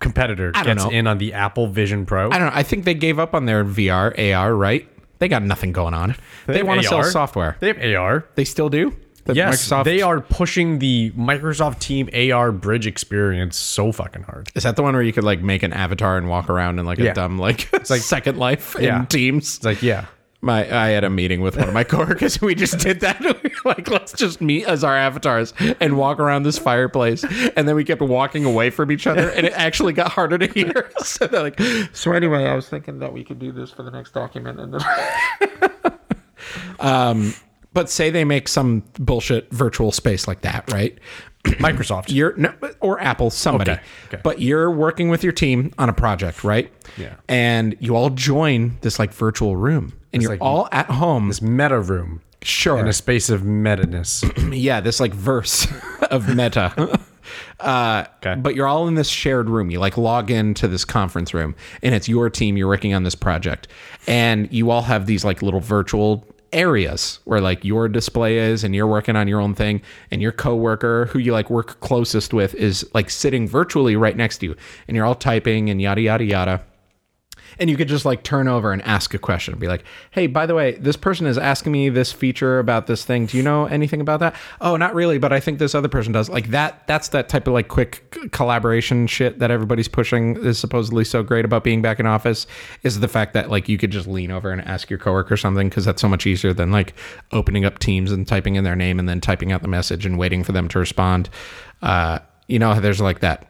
Speaker 2: competitor
Speaker 1: don't
Speaker 2: gets
Speaker 1: know.
Speaker 2: in on the Apple Vision Pro.
Speaker 1: I don't know. I think they gave up on their VR AR, right? They got nothing going on. They,
Speaker 2: have
Speaker 1: want to sell
Speaker 2: AR.
Speaker 1: software.
Speaker 2: They have AR.
Speaker 1: They still do. The
Speaker 2: Yes,
Speaker 1: Microsoft
Speaker 2: they are pushing the Microsoft Team AR bridge experience so fucking hard.
Speaker 1: Is that the one where you could like make an avatar and walk around in like
Speaker 2: Yeah.
Speaker 1: a dumb like like Second Life
Speaker 2: Yeah.
Speaker 1: in Teams?
Speaker 2: It's like, yeah,
Speaker 1: My I had a meeting with one of my coworkers and we just did that. We were like, let's just meet as our avatars and walk around this fireplace. And then we kept walking away from each other and it actually got harder to hear. So they're like,
Speaker 3: So anyway, I was thinking that we could do this for the next document, and then
Speaker 1: but say they make some bullshit virtual space like that, right?
Speaker 2: Microsoft.
Speaker 1: You're no, or Apple, somebody.
Speaker 2: Okay, okay.
Speaker 1: But you're working with your team on a project, right?
Speaker 2: Yeah.
Speaker 1: And you all join this like virtual room, and you're
Speaker 2: like-
Speaker 1: all at home.
Speaker 2: This meta room
Speaker 1: Sure.
Speaker 2: in a space of meta-ness.
Speaker 1: yeah, this like verse of meta. uh,
Speaker 2: Okay.
Speaker 1: But you're all in this shared room. You like log into this conference room, and it's your team. You're working on this project, and you all have these like little virtual areas where like your display is and you're working on your own thing and your coworker who you like work closest with is like sitting virtually right next to you and you're all typing and yada yada yada and you could just like turn over and ask a question be like hey by the way this person is asking me this feature about this thing do you know anything about that oh not really but i think this other person does like that that's that type of like quick c- collaboration shit that everybody's pushing is supposedly so great about being back in office is the fact that like you could just lean over and ask your coworker something because that's so much easier than like opening up teams and typing in their name and then typing out the message and waiting for them to respond uh, you know there's like that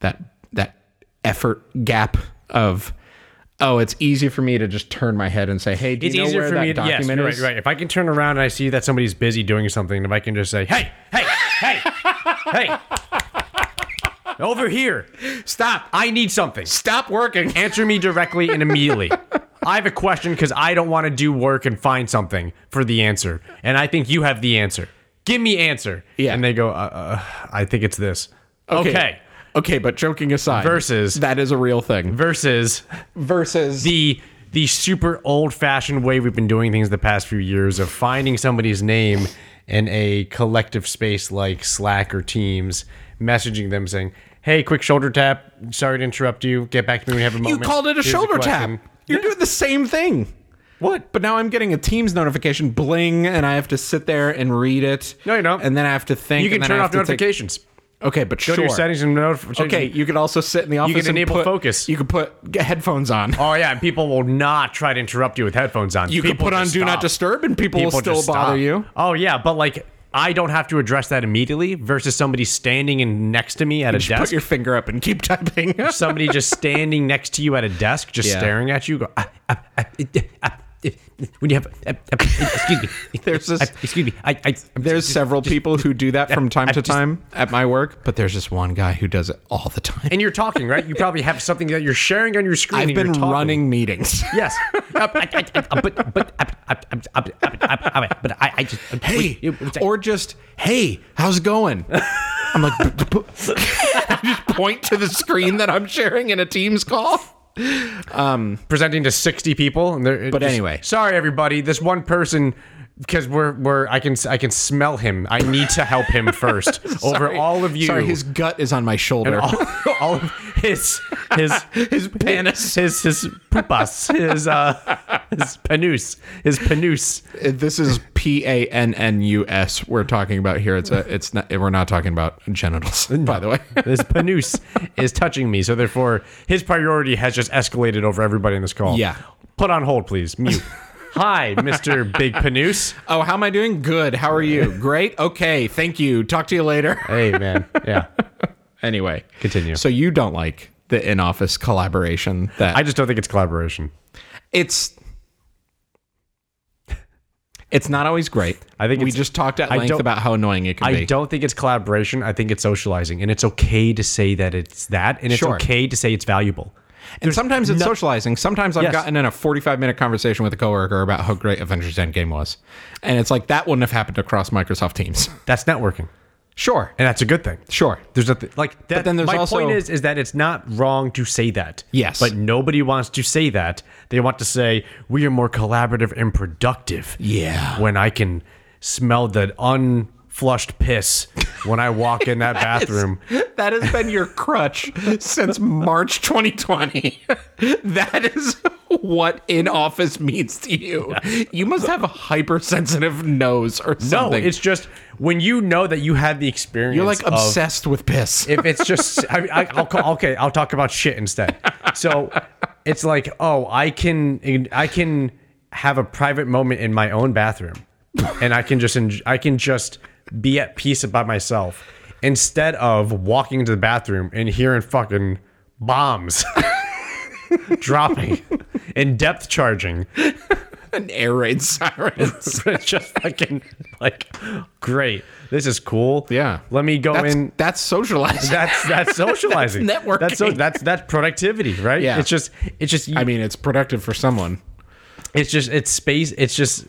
Speaker 1: that that effort gap of oh it's easy for me to just turn my head and say hey do
Speaker 2: It's
Speaker 1: you know
Speaker 2: easier
Speaker 1: where
Speaker 2: for
Speaker 1: that
Speaker 2: me. To, yes,
Speaker 1: document
Speaker 2: you're right,
Speaker 1: is
Speaker 2: right. If I can turn around and I see that somebody's busy doing something, if I can just say, "Hey, hey, hey, hey, over here,
Speaker 1: stop
Speaker 2: I need something.
Speaker 1: stop working
Speaker 2: Answer me directly and immediately." I have a question because I don't want to do work and find something for the answer, and I think you have the answer. Give me answer.
Speaker 1: Yeah.
Speaker 2: And they go, uh, uh, "I think it's this." Okay.
Speaker 1: okay okay but joking aside
Speaker 2: Versus-
Speaker 1: that is a real thing
Speaker 2: Versus
Speaker 1: versus
Speaker 2: the the super old fashioned way we've been doing things the past few years of finding somebody's name in a collective space like Slack or Teams, messaging them saying, "Hey, quick shoulder tap. Sorry to interrupt you. Get back to me when you have a
Speaker 1: you
Speaker 2: moment."
Speaker 1: called it a
Speaker 2: Here's
Speaker 1: shoulder tap
Speaker 2: question."
Speaker 1: you're doing the same thing
Speaker 2: What?
Speaker 1: But now I'm getting a Teams notification bling, and I have to sit there and read it.
Speaker 2: No, you don't.
Speaker 1: And then I have to think.
Speaker 2: You can
Speaker 1: and then I
Speaker 2: turn
Speaker 1: have
Speaker 2: off
Speaker 1: to take-
Speaker 2: notifications.
Speaker 1: okay, but
Speaker 2: Go
Speaker 1: sure.
Speaker 2: to your settings and notifications.
Speaker 1: Okay, you could also sit in the office.
Speaker 2: can
Speaker 1: and
Speaker 2: enable
Speaker 1: put-
Speaker 2: focus.
Speaker 1: You could put g- headphones on.
Speaker 2: Oh yeah, and people will not try to interrupt you with headphones on.
Speaker 1: You could
Speaker 2: People
Speaker 1: put on
Speaker 2: just
Speaker 1: do not
Speaker 2: stop.
Speaker 1: disturb, and people, will still
Speaker 2: just
Speaker 1: bother
Speaker 2: stop.
Speaker 1: you.
Speaker 2: Oh yeah, but like I don't have to address that immediately versus somebody standing in next to me at a
Speaker 1: Just
Speaker 2: desk.
Speaker 1: put your finger up and keep typing.
Speaker 2: somebody just standing next to you at a desk, just
Speaker 1: Yeah.
Speaker 2: staring at you. Go, "Ah, ah, ah, eh, ah, eh, when you have, ah, ah, eh, excuse me.
Speaker 1: There's this-
Speaker 2: Ah, excuse me. I, I,
Speaker 1: there's several people who do that from time
Speaker 2: I
Speaker 1: to
Speaker 2: just-
Speaker 1: time at my work, but there's just one guy who does it all the time.
Speaker 2: and you're talking, right? You probably have something that you're sharing on your screen.
Speaker 1: I've
Speaker 2: and you're
Speaker 1: been
Speaker 2: talking.
Speaker 1: running meetings.
Speaker 2: Yes, Ah, I- I- I- ah, but but ah, ah, ah, ah, ah, ah, ah, ah, but I, I just ah,
Speaker 1: hey,
Speaker 2: you- you-
Speaker 1: or just hey, how's it going? I'm like, "B- b- b-" I just point to the screen that I'm sharing in a Teams call.
Speaker 2: presenting to 60 people and they're,
Speaker 1: But
Speaker 2: just-
Speaker 1: anyway.
Speaker 2: sorry everybody this one person because we're we're i can i can smell him i need to help him first over
Speaker 1: Sorry.
Speaker 2: all of you
Speaker 1: Sorry, his gut is on my shoulder.
Speaker 2: all, all of his his his
Speaker 1: penis.
Speaker 2: his his poopas his uh his panus his panus
Speaker 1: this is P A N N U S. We're talking about here. It's a. It's not. We're not talking about genitals, by the way.
Speaker 2: his panus is touching me so therefore his priority has just escalated over everybody in this call
Speaker 1: Yeah.
Speaker 2: put on hold please mute hi mr big panus
Speaker 1: Oh, how am I doing? Good. How are you? Great. Okay. Thank you. Talk to you later.
Speaker 2: hey man yeah
Speaker 1: Anyway,
Speaker 2: Continue.
Speaker 1: So you don't like the in-office collaboration that
Speaker 2: i just don't think it's collaboration
Speaker 1: it's it's not always great.
Speaker 2: I think
Speaker 1: we
Speaker 2: it's-
Speaker 1: just talked at
Speaker 2: I
Speaker 1: length
Speaker 2: don't-
Speaker 1: about how annoying it can
Speaker 2: I
Speaker 1: be.
Speaker 2: don't think it's collaboration. I think it's socializing, and it's okay to say that it's that, and it's
Speaker 1: Sure.
Speaker 2: okay to say it's valuable.
Speaker 1: and sometimes it's socializing. Sometimes I've
Speaker 2: Yes.
Speaker 1: gotten in a 45 minute conversation with a coworker about how great Avengers Endgame was. And it's like that wouldn't have happened across Microsoft Teams.
Speaker 2: That's networking,
Speaker 1: sure.
Speaker 2: and that's a good thing.
Speaker 1: Sure.
Speaker 2: There's nothing like that.
Speaker 1: then there's
Speaker 2: my
Speaker 1: also-
Speaker 2: point is, is that it's not wrong to say that.
Speaker 1: Yes.
Speaker 2: but nobody wants to say that. They want to say we are more collaborative and productive.
Speaker 1: Yeah.
Speaker 2: when I can smell the unflushed piss when I walk in that bathroom.
Speaker 1: That has been your crutch since March 2020. that is what in office means to you. You must have a hypersensitive nose or
Speaker 2: No,
Speaker 1: something.
Speaker 2: it's just when you know that you had the experience.
Speaker 1: You're like
Speaker 2: of-
Speaker 1: obsessed with piss.
Speaker 2: if it's just I, I, I'll call, okay i'll talk about shit instead so it's like oh i can i can have a private moment in my own bathroom and i can just enj- i can just be at peace about myself instead of walking into the bathroom and hearing fucking bombs dropping and depth charging
Speaker 1: an air raid sirens.
Speaker 2: it's just fucking like great this is cool
Speaker 1: Yeah.
Speaker 2: let me go
Speaker 1: That's,
Speaker 2: in
Speaker 1: that's socializing.
Speaker 2: That's that's socializing.
Speaker 1: That's networking.
Speaker 2: That's so, that's that's productivity, right?
Speaker 1: Yeah.
Speaker 2: It's just it's just
Speaker 1: I mean, it's productive for someone.
Speaker 2: it's just it's space. It's just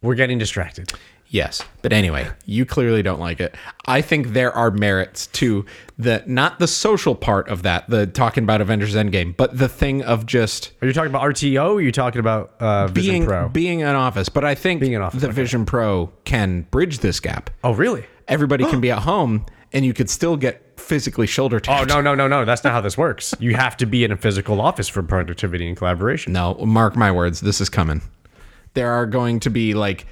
Speaker 2: we're getting distracted.
Speaker 1: Yes. But anyway, you clearly don't like it. I think there are merits to the not the social part of that, the talking about Avengers Endgame, but the thing of just
Speaker 2: Are you talking about RTO? Or are you talking about uh, Vision
Speaker 1: being
Speaker 2: Pro?
Speaker 1: being an office. But I think
Speaker 2: an office,
Speaker 1: the Vision Pro can bridge this gap.
Speaker 2: oh, really?
Speaker 1: Everybody can be at home and you could still get physically shoulder
Speaker 2: Oh
Speaker 1: tapped.
Speaker 2: no no no no! That's not how this works. You have to be in a physical office for productivity and collaboration.
Speaker 1: No, mark my words, this is coming. There are going to be like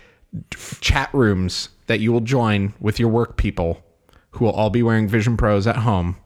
Speaker 1: chat rooms that you will join with your work people who will all be wearing Vision Pros at home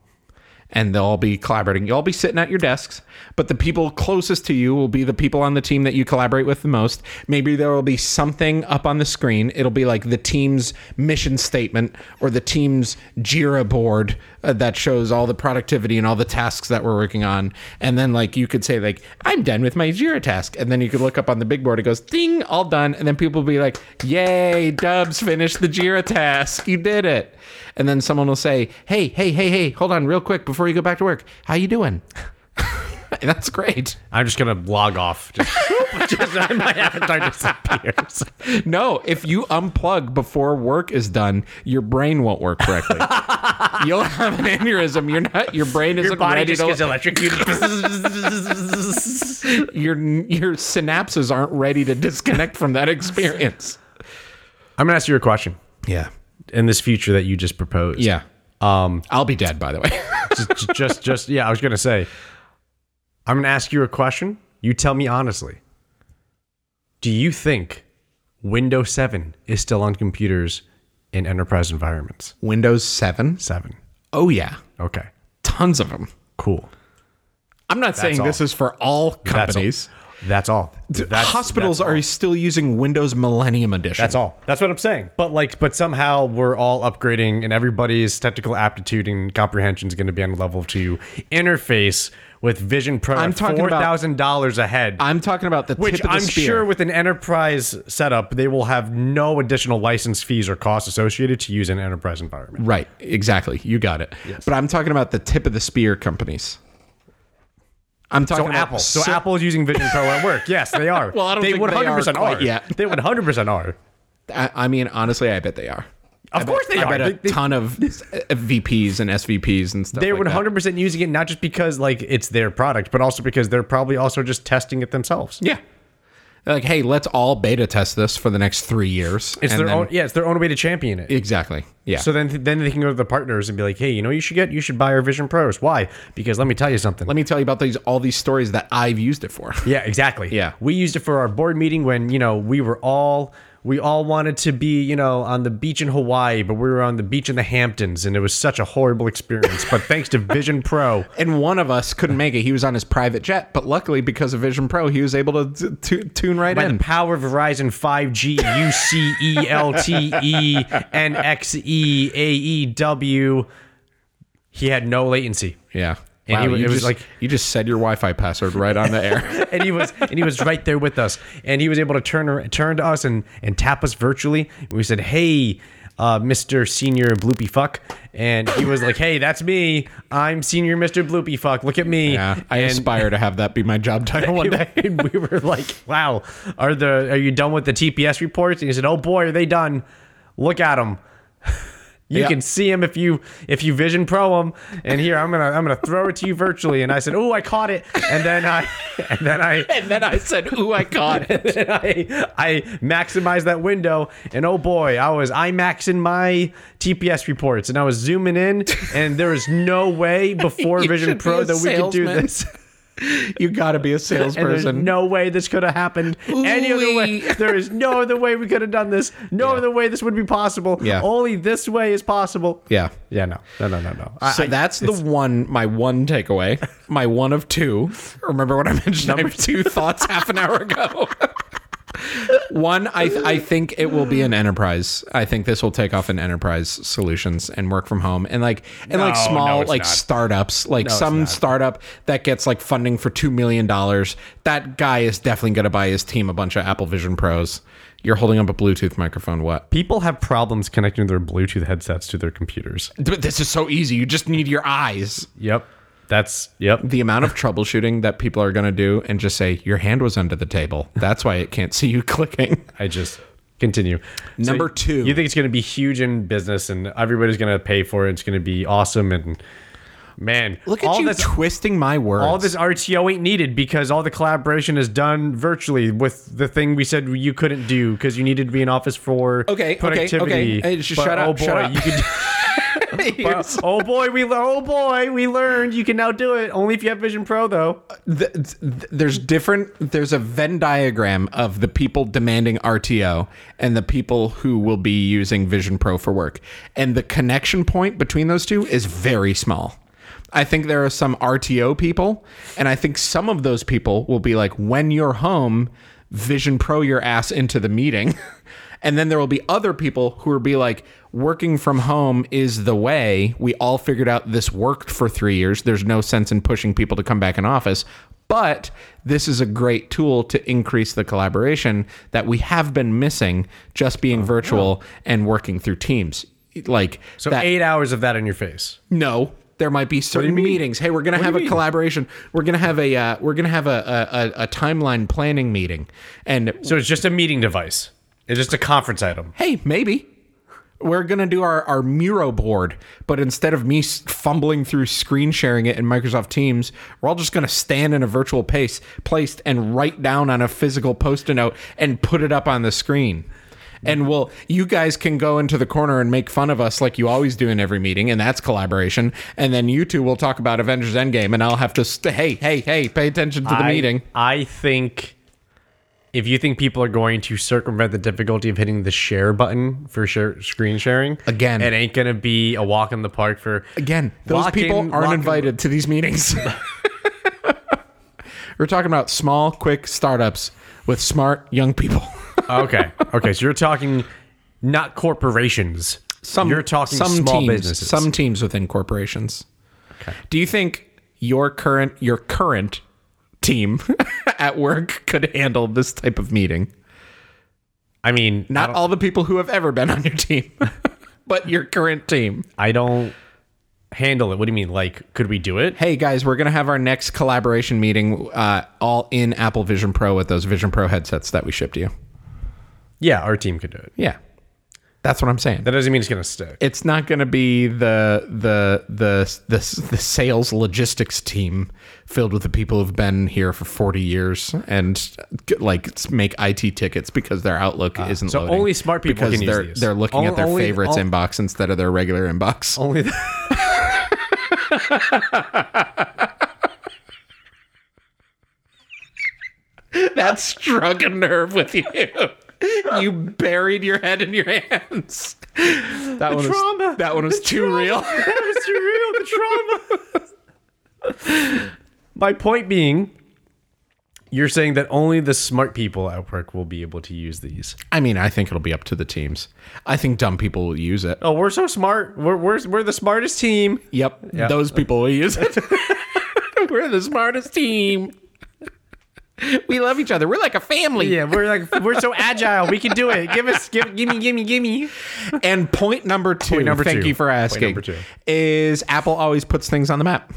Speaker 1: and they'll all be collaborating. You'll all be sitting at your desks, but the people closest to you will be the people on the team that you collaborate with the most. Maybe there will be something up on the screen. It'll be like the team's mission statement or the team's Jira board uh, that shows all the productivity and all the tasks that we're working on. And then like you could say like I'm done with my Jira task, and then you could look up on the big board. It goes ding, all done, and then people will be like, "Yay, Dubs finished the Jira task. You did it." And then someone will say, "Hey, hey, hey, hey, hold on, real quick before you go back to work. How you doing?" And that's great.
Speaker 2: I'm just gonna log off. Just, just- my avatar disappears.
Speaker 1: No, if you unplug before work is done, your brain won't work correctly. You'll have an aneurysm. You're not. Your brain isn't
Speaker 2: Your body
Speaker 1: ready
Speaker 2: just gets
Speaker 1: to.
Speaker 2: electrocuted.
Speaker 1: your your synapses aren't ready to disconnect from that experience.
Speaker 2: I'm gonna ask you a question.
Speaker 1: Yeah.
Speaker 2: In this future that you just proposed,
Speaker 1: Yeah. Um, I'll be dead, by the way.
Speaker 2: just, just, just, yeah. I was gonna say, I'm gonna ask you a question. You tell me honestly. Do you think Windows 7 is still on computers in enterprise environments?
Speaker 1: Windows 7?
Speaker 2: Seven.
Speaker 1: Oh, yeah.
Speaker 2: Okay.
Speaker 1: Tons of them.
Speaker 2: Cool.
Speaker 1: I'm not saying
Speaker 2: all.
Speaker 1: this is for all
Speaker 2: That's
Speaker 1: companies.
Speaker 2: all. That's all. That's-
Speaker 1: Hospitals are still using Windows Millennium Edition.
Speaker 2: That's all. That's what I'm saying. But like, but somehow we're all upgrading, and everybody's technical aptitude and comprehension is going to be on a level to interface with Vision Pro.
Speaker 1: I'm
Speaker 2: at
Speaker 1: talking
Speaker 2: four
Speaker 1: about-
Speaker 2: thousand dollars a head,
Speaker 1: I'm talking about the
Speaker 2: which
Speaker 1: tip of the
Speaker 2: I'm
Speaker 1: spear.
Speaker 2: sure with an enterprise setup, they will have no additional license fees or costs associated to use in an enterprise environment.
Speaker 1: Right, exactly. You got it. But I'm talking about the tip of the spear companies. I'm talking
Speaker 2: So
Speaker 1: about
Speaker 2: Apple, so,
Speaker 1: so-
Speaker 2: Apple is using Vision Pro at work. Yes, they are.
Speaker 1: Well, I don't
Speaker 2: they
Speaker 1: think
Speaker 2: would
Speaker 1: they are
Speaker 2: 100%
Speaker 1: quite
Speaker 2: are.
Speaker 1: yet.
Speaker 2: They would 100% are.
Speaker 1: I, I mean, honestly, I bet they are.
Speaker 2: Of course they
Speaker 1: I
Speaker 2: are.
Speaker 1: bet a
Speaker 2: They- they-
Speaker 1: ton of s- VPs and SVPs and stuff.
Speaker 2: They're
Speaker 1: like that.
Speaker 2: 100% using it not just because like it's their product, but also because they're probably also just testing it themselves.
Speaker 1: Yeah. They're like, hey, let's all beta test this for the next three years.
Speaker 2: It's
Speaker 1: and
Speaker 2: their
Speaker 1: then-
Speaker 2: own yeah, it's their own way to champion it.
Speaker 1: Exactly. Yeah.
Speaker 2: so then then they can go to the partners and be like, "Hey, you know what you should get? You should buy our Vision Pros." Why? Because let me tell you something.
Speaker 1: Let me tell you about these all these stories that I've used it for.
Speaker 2: yeah, exactly.
Speaker 1: Yeah.
Speaker 2: We used it for our board meeting when, you know, we were all we all wanted to be, you know, on the beach in Hawaii, but we were on the beach in the Hamptons and it was such a horrible experience. but thanks to Vision Pro,
Speaker 1: And one of us couldn't make it. He was on his private jet, but luckily because of Vision Pro, he was able to t- t- tune right
Speaker 2: by
Speaker 1: in.
Speaker 2: the power of Verizon 5G, U C E L T E N X E A E W. He had no latency.
Speaker 1: Yeah.
Speaker 2: And he wa-
Speaker 1: you
Speaker 2: it was
Speaker 1: just-
Speaker 2: like-
Speaker 1: you just said your Wi-Fi password right on the air.
Speaker 2: And he was and he was right there with us. And he was able to turn ar- turn to us and, and tap us virtually. We said, Hey, uh, Mr. Senior Bloopy Fuck. And he was like, Hey, that's me. I'm Senior Mr. Bloopy Fuck. Look at me.
Speaker 1: Yeah, I
Speaker 2: and,
Speaker 1: aspire to have that be my job title one day.
Speaker 2: and we were like, "Wow, are the are you done with the TPS reports?" And he said, "Oh boy, are they done? Look at them. You
Speaker 1: Yeah.
Speaker 2: can see them if you if you Vision Pro them. And here I'm gonna I'm gonna throw it to you virtually." And I said, "Oh, I caught it." And then I and then I
Speaker 1: And then I said, "Ooh, I got it."
Speaker 2: and I I maximized that window, and oh boy, I was I maxing my TPS reports, and I was zooming in, and there was no way before
Speaker 1: You
Speaker 2: Vision
Speaker 1: should be
Speaker 2: Pro
Speaker 1: a
Speaker 2: that we could do
Speaker 1: salesman.
Speaker 2: this.
Speaker 1: You got to be a
Speaker 2: And there's
Speaker 1: salesperson.
Speaker 2: no way this could have happened any other way.
Speaker 1: Ooh-wee.
Speaker 2: There is no other way we could have done this. No other way this would be possible.
Speaker 1: Yeah.
Speaker 2: Only this way is possible.
Speaker 1: yeah.
Speaker 2: Yeah, no. No, no, no, no. I,
Speaker 1: So
Speaker 2: I-
Speaker 1: that's the one, my one takeaway, my one of two. Remember what I mentioned? I have two thoughts half an hour ago. one, I, I think it will be an enterprise. I think this will take off in enterprise solutions and work from home and like and like
Speaker 2: No, no,
Speaker 1: small
Speaker 2: it's
Speaker 1: like
Speaker 2: not.
Speaker 1: startups, like some startup that gets like funding for two million dollars. That guy is definitely going to buy his team a bunch of Apple Vision Pros. You're holding up a Bluetooth microphone. What?
Speaker 2: people have problems connecting their Bluetooth headsets to their computers.
Speaker 1: But this is so easy. You just need your eyes.
Speaker 2: Yep. That's yep.
Speaker 1: The amount of troubleshooting that people are going to do and just say, your hand was under the table. That's why it can't see you clicking.
Speaker 2: I just continue.
Speaker 1: Number two.
Speaker 2: You think it's going to be huge in business, and everybody's going to pay for it. It's going to be awesome, and man,
Speaker 1: Look at
Speaker 2: all
Speaker 1: you
Speaker 2: this.
Speaker 1: twisting my words.
Speaker 2: all this RTO ain't needed because all the collaboration is done virtually with the thing we said you couldn't do because you needed to be in office for
Speaker 1: Okay, okay,
Speaker 2: productivity.
Speaker 1: okay. Hey, sh-
Speaker 2: But,
Speaker 1: shut up,
Speaker 2: oh boy,
Speaker 1: shut up.
Speaker 2: you could But, oh boy, we le- oh boy, we learned you can now do it only if you have Vision Pro though.
Speaker 1: th- th- there's different there's a venn diagram of the people demanding rto and the people who will be using vision pro for work and the connection point between those two is very small i think there are some rto people and i think some of those people will be like when you're home vision pro your ass into the meeting and then there will be other people who will be like working from home is the way we all figured out this worked for three years there's no sense in pushing people to come back in office but this is a great tool to increase the collaboration that we have been missing just being virtual and working through teams like
Speaker 2: So
Speaker 1: that
Speaker 2: eight hours of that in your face.
Speaker 1: no, there might be certain meetings. Hey, we're gonna have a collaboration. We're gonna have a uh, we're gonna have a, a, a, a timeline planning meeting. And
Speaker 2: So it's just a meeting device. It's just a conference item.
Speaker 1: hey, maybe we're gonna do our our Miro board, but instead of me s- fumbling through screen sharing it in Microsoft Teams, we're all just gonna stand in a virtual pace placed and write down on a physical post-it note and put it up on the screen. And we'll you guys can go into the corner and make fun of us like you always do in every meeting, and that's collaboration. And then you two will talk about Avengers Endgame, and I'll have to st- hey hey hey pay attention to the
Speaker 2: I-
Speaker 1: meeting.
Speaker 2: I think if you think people are going to circumvent the difficulty of hitting the share button for share, screen sharing
Speaker 1: Again.
Speaker 2: it ain't gonna be a walk in the park for
Speaker 1: Again, those
Speaker 2: Lock
Speaker 1: people
Speaker 2: in-
Speaker 1: aren't
Speaker 2: lock in-
Speaker 1: invited to these meetings. We're talking about small, quick startups with smart young people.
Speaker 2: oh, okay, okay. So you're talking not corporations. you're talking small
Speaker 1: teams,
Speaker 2: businesses.
Speaker 1: Some teams within corporations. Do you think your current your current team at work could handle this type of meeting?
Speaker 2: I mean, I
Speaker 1: Not
Speaker 2: don't-
Speaker 1: all the people who have ever been on your team, but your current team.
Speaker 2: I don't handle it. What do you mean? Like, could we do it?
Speaker 1: hey guys, we're gonna have our next collaboration meeting uh, all in Apple Vision Pro with those Vision Pro headsets that we shipped you.
Speaker 2: Yeah, our team could do it.
Speaker 1: Yeah, that's what I'm saying.
Speaker 2: That doesn't mean it's gonna stick.
Speaker 1: It's not going to be the the the the the sales logistics team filled with the people who've been here for 40 years and like make IT tickets because their Outlook isn't
Speaker 2: so
Speaker 1: loading.
Speaker 2: only smart people
Speaker 1: because
Speaker 2: can use
Speaker 1: they're
Speaker 2: these.
Speaker 1: they're looking
Speaker 2: Only-
Speaker 1: at their
Speaker 2: only-
Speaker 1: favorites
Speaker 2: on-
Speaker 1: inbox instead of their regular inbox.
Speaker 2: Only.
Speaker 1: That struck a nerve with you. You buried your head in your hands. That one
Speaker 2: trauma.
Speaker 1: was that one was too real.
Speaker 2: that was too real. The trauma. My point being, you're saying that only the smart people at work will be able to use these.
Speaker 1: I mean, I think it'll be up to the teams. I think dumb people will use it.
Speaker 2: Oh, we're so smart. We're we're, we're the smartest team.
Speaker 1: Yep, those people will use it. We're the smartest team. We love each other. We're like a family.
Speaker 2: Yeah, we're like we're so agile. We can do it. Give us give gimme gimme gimme.
Speaker 1: And point number two,
Speaker 2: number
Speaker 1: thank
Speaker 2: two.
Speaker 1: you for
Speaker 2: Point
Speaker 1: asking,
Speaker 2: number two.
Speaker 1: is Apple always puts things on the map.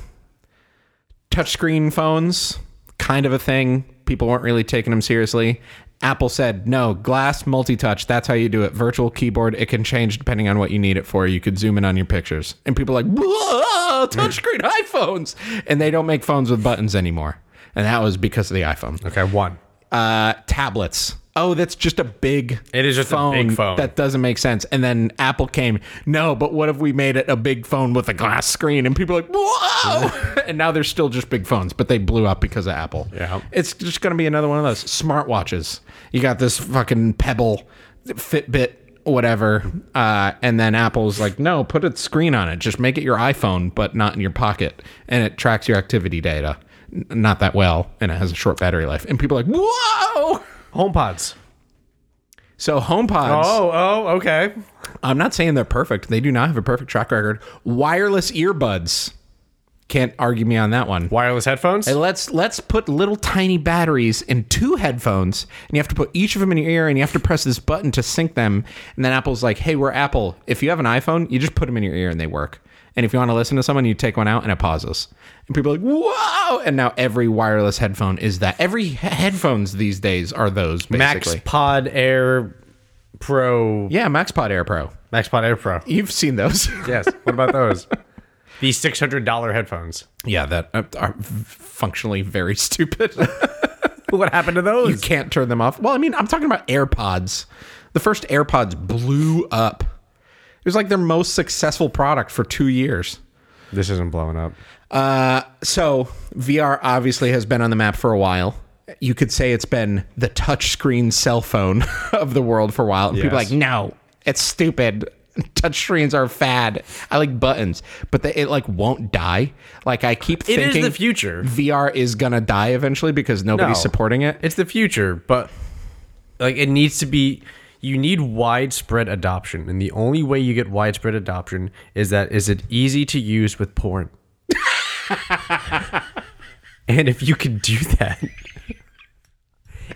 Speaker 1: Touchscreen phones, kind of a thing. People weren't really taking them seriously. Apple said, no, glass multi-touch, that's how you do it. Virtual keyboard, it can change depending on what you need it for. You could zoom in on your pictures. And people are like, whoa, touchscreen iPhones. And they don't make phones with buttons anymore. And that was because of the iPhone
Speaker 2: Okay, one.
Speaker 1: uh, tablets. Oh, that's just a big.
Speaker 2: It is just a big phone.
Speaker 1: That doesn't make sense. And then Apple came. No, but what if we made it a big phone with a glass screen? And people are like, whoa! and now they're still just big phones, but they blew up because of Apple.
Speaker 2: Yeah.
Speaker 1: it's just going to be another one of those smartwatches. You got this fucking Pebble, Fitbit, whatever, uh, and then Apple's like, no, put a screen on it. Just make it your iPhone, but not in your pocket, and it tracks your activity data. N- Not that well, and it has a short battery life. And people are like, whoa!
Speaker 2: HomePods.
Speaker 1: So HomePods.
Speaker 2: Oh, oh, okay.
Speaker 1: I'm not saying they're perfect. They do not have a perfect track record. Wireless earbuds. Can't argue me on that one.
Speaker 2: Wireless headphones?
Speaker 1: And Let's let's put little tiny batteries in two headphones, and you have to put each of them in your ear, and you have to press this button to sync them. And then Apple's like, "Hey, we're Apple. If you have an iPhone, you just put them in your ear, and they work. And if you want to listen to someone, you take one out, and it pauses. And people are like, "Whoa!" And now every wireless headphone is that. Every he- headphones these days are those
Speaker 2: Max
Speaker 1: basically.
Speaker 2: Pod Air Pro.
Speaker 1: yeah, MaxPod Air Pro.
Speaker 2: Max Pod Air Pro.
Speaker 1: You've seen those.
Speaker 2: Yes. What about those? These six hundred dollar headphones.
Speaker 1: yeah, that uh, are functionally very stupid.
Speaker 2: What happened to those?
Speaker 1: you can't turn them off. Well, I mean, I'm talking about AirPods. The first AirPods blew up. It was like their most successful product for two years.
Speaker 2: This isn't blowing up.
Speaker 1: Uh, so VR obviously has been on the map for a while. You could say it's been the touchscreen cell phone of the world for a while. And people are
Speaker 2: Yes.
Speaker 1: like, no, it's stupid. Touchscreens are a fad. I like buttons, but they, it like won't die. Like I keep
Speaker 2: It is
Speaker 1: thinking
Speaker 2: the future.
Speaker 1: VR is gonna die eventually because nobody's
Speaker 2: No.
Speaker 1: supporting it.
Speaker 2: It's the future, but like it needs to be you need widespread adoption. And the only way you get widespread adoption is that is it easy to use with porn. and if you can do that,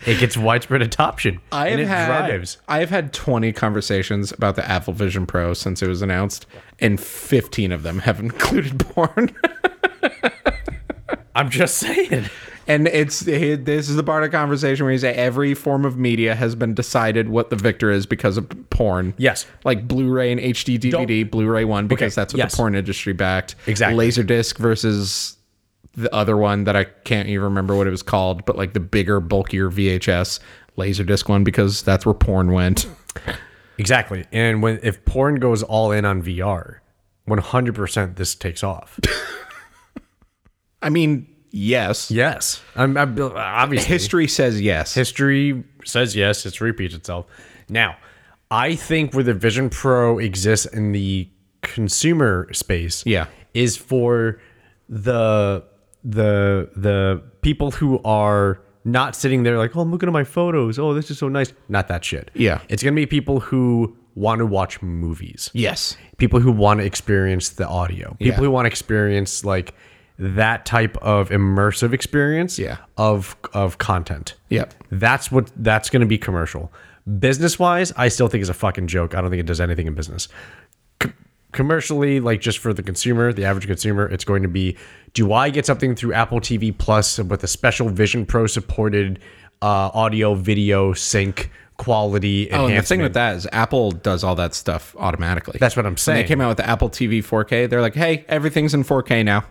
Speaker 2: it gets widespread adoption.
Speaker 1: I have
Speaker 2: and it
Speaker 1: had
Speaker 2: drives.
Speaker 1: I have had 20 conversations about the Apple Vision Pro since it was announced, and 15 of them have included porn.
Speaker 2: I'm just saying.
Speaker 1: and it's it, this is the part of conversation where you say every form of media has been decided what the victor is because of porn.
Speaker 2: Yes.
Speaker 1: like Blu-ray and HD DVD. Blu-ray one because
Speaker 2: Okay,
Speaker 1: that's what
Speaker 2: yes.
Speaker 1: the porn industry backed.
Speaker 2: Exactly.
Speaker 1: Laserdisc versus the other one that I can't even remember what it was called, but like the bigger, bulkier VHS Laserdisc one because that's where porn went.
Speaker 2: Exactly. And when if porn goes all in on VR, 100% this takes off.
Speaker 1: I mean, yes.
Speaker 2: yes. I'm, I'm obviously
Speaker 1: History says yes.
Speaker 2: History says yes, it repeats itself. Now, I think where the Vision Pro exists in the consumer space
Speaker 1: Yeah.
Speaker 2: is for the the the people who are not sitting there like, "Oh, I'm looking at my photos. Oh, this is so nice." Not that shit.
Speaker 1: Yeah.
Speaker 2: It's going to be people who want to watch movies
Speaker 1: yes.
Speaker 2: people who want to experience the audio people
Speaker 1: Yeah.
Speaker 2: who want to experience like that type of immersive experience
Speaker 1: Yeah.
Speaker 2: of of content
Speaker 1: Yep.
Speaker 2: that's what that's going to be commercial business wise i still think it's a fucking joke i don't think it does anything in business C- commercially like just for the consumer the average consumer it's going to be do i get something through apple tv plus with a special vision pro supported uh, audio video sync quality
Speaker 1: Oh, and the thing
Speaker 2: enhancement?
Speaker 1: with that is Apple does all that stuff automatically.
Speaker 2: That's what I'm
Speaker 1: When
Speaker 2: saying.
Speaker 1: they came out with the Apple TV 4K. They're like, hey, everything's in 4K now.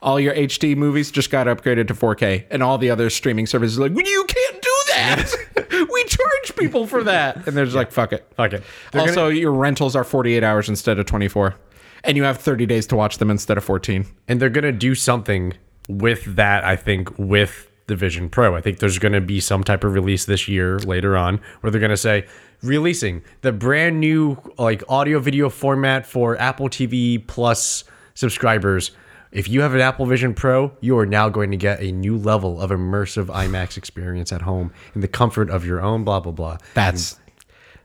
Speaker 1: All your HD movies just got upgraded to 4K, and all the other streaming services are like, you can't do that. we charge people for that, and they're just like, fuck it.
Speaker 2: Fuck it. They're
Speaker 1: also, your rentals are 48 hours instead of 24, and you have 30 days to watch them instead of 14.
Speaker 2: and they're going to do something with that i think with the vision pro i think there's going to be some type of release this year later on where they're going to say releasing the brand new like audio video format for apple tv plus subscribers if you have an apple vision pro you are now going to get a new level of immersive imax experience at home in the comfort of your own blah blah blah
Speaker 1: That's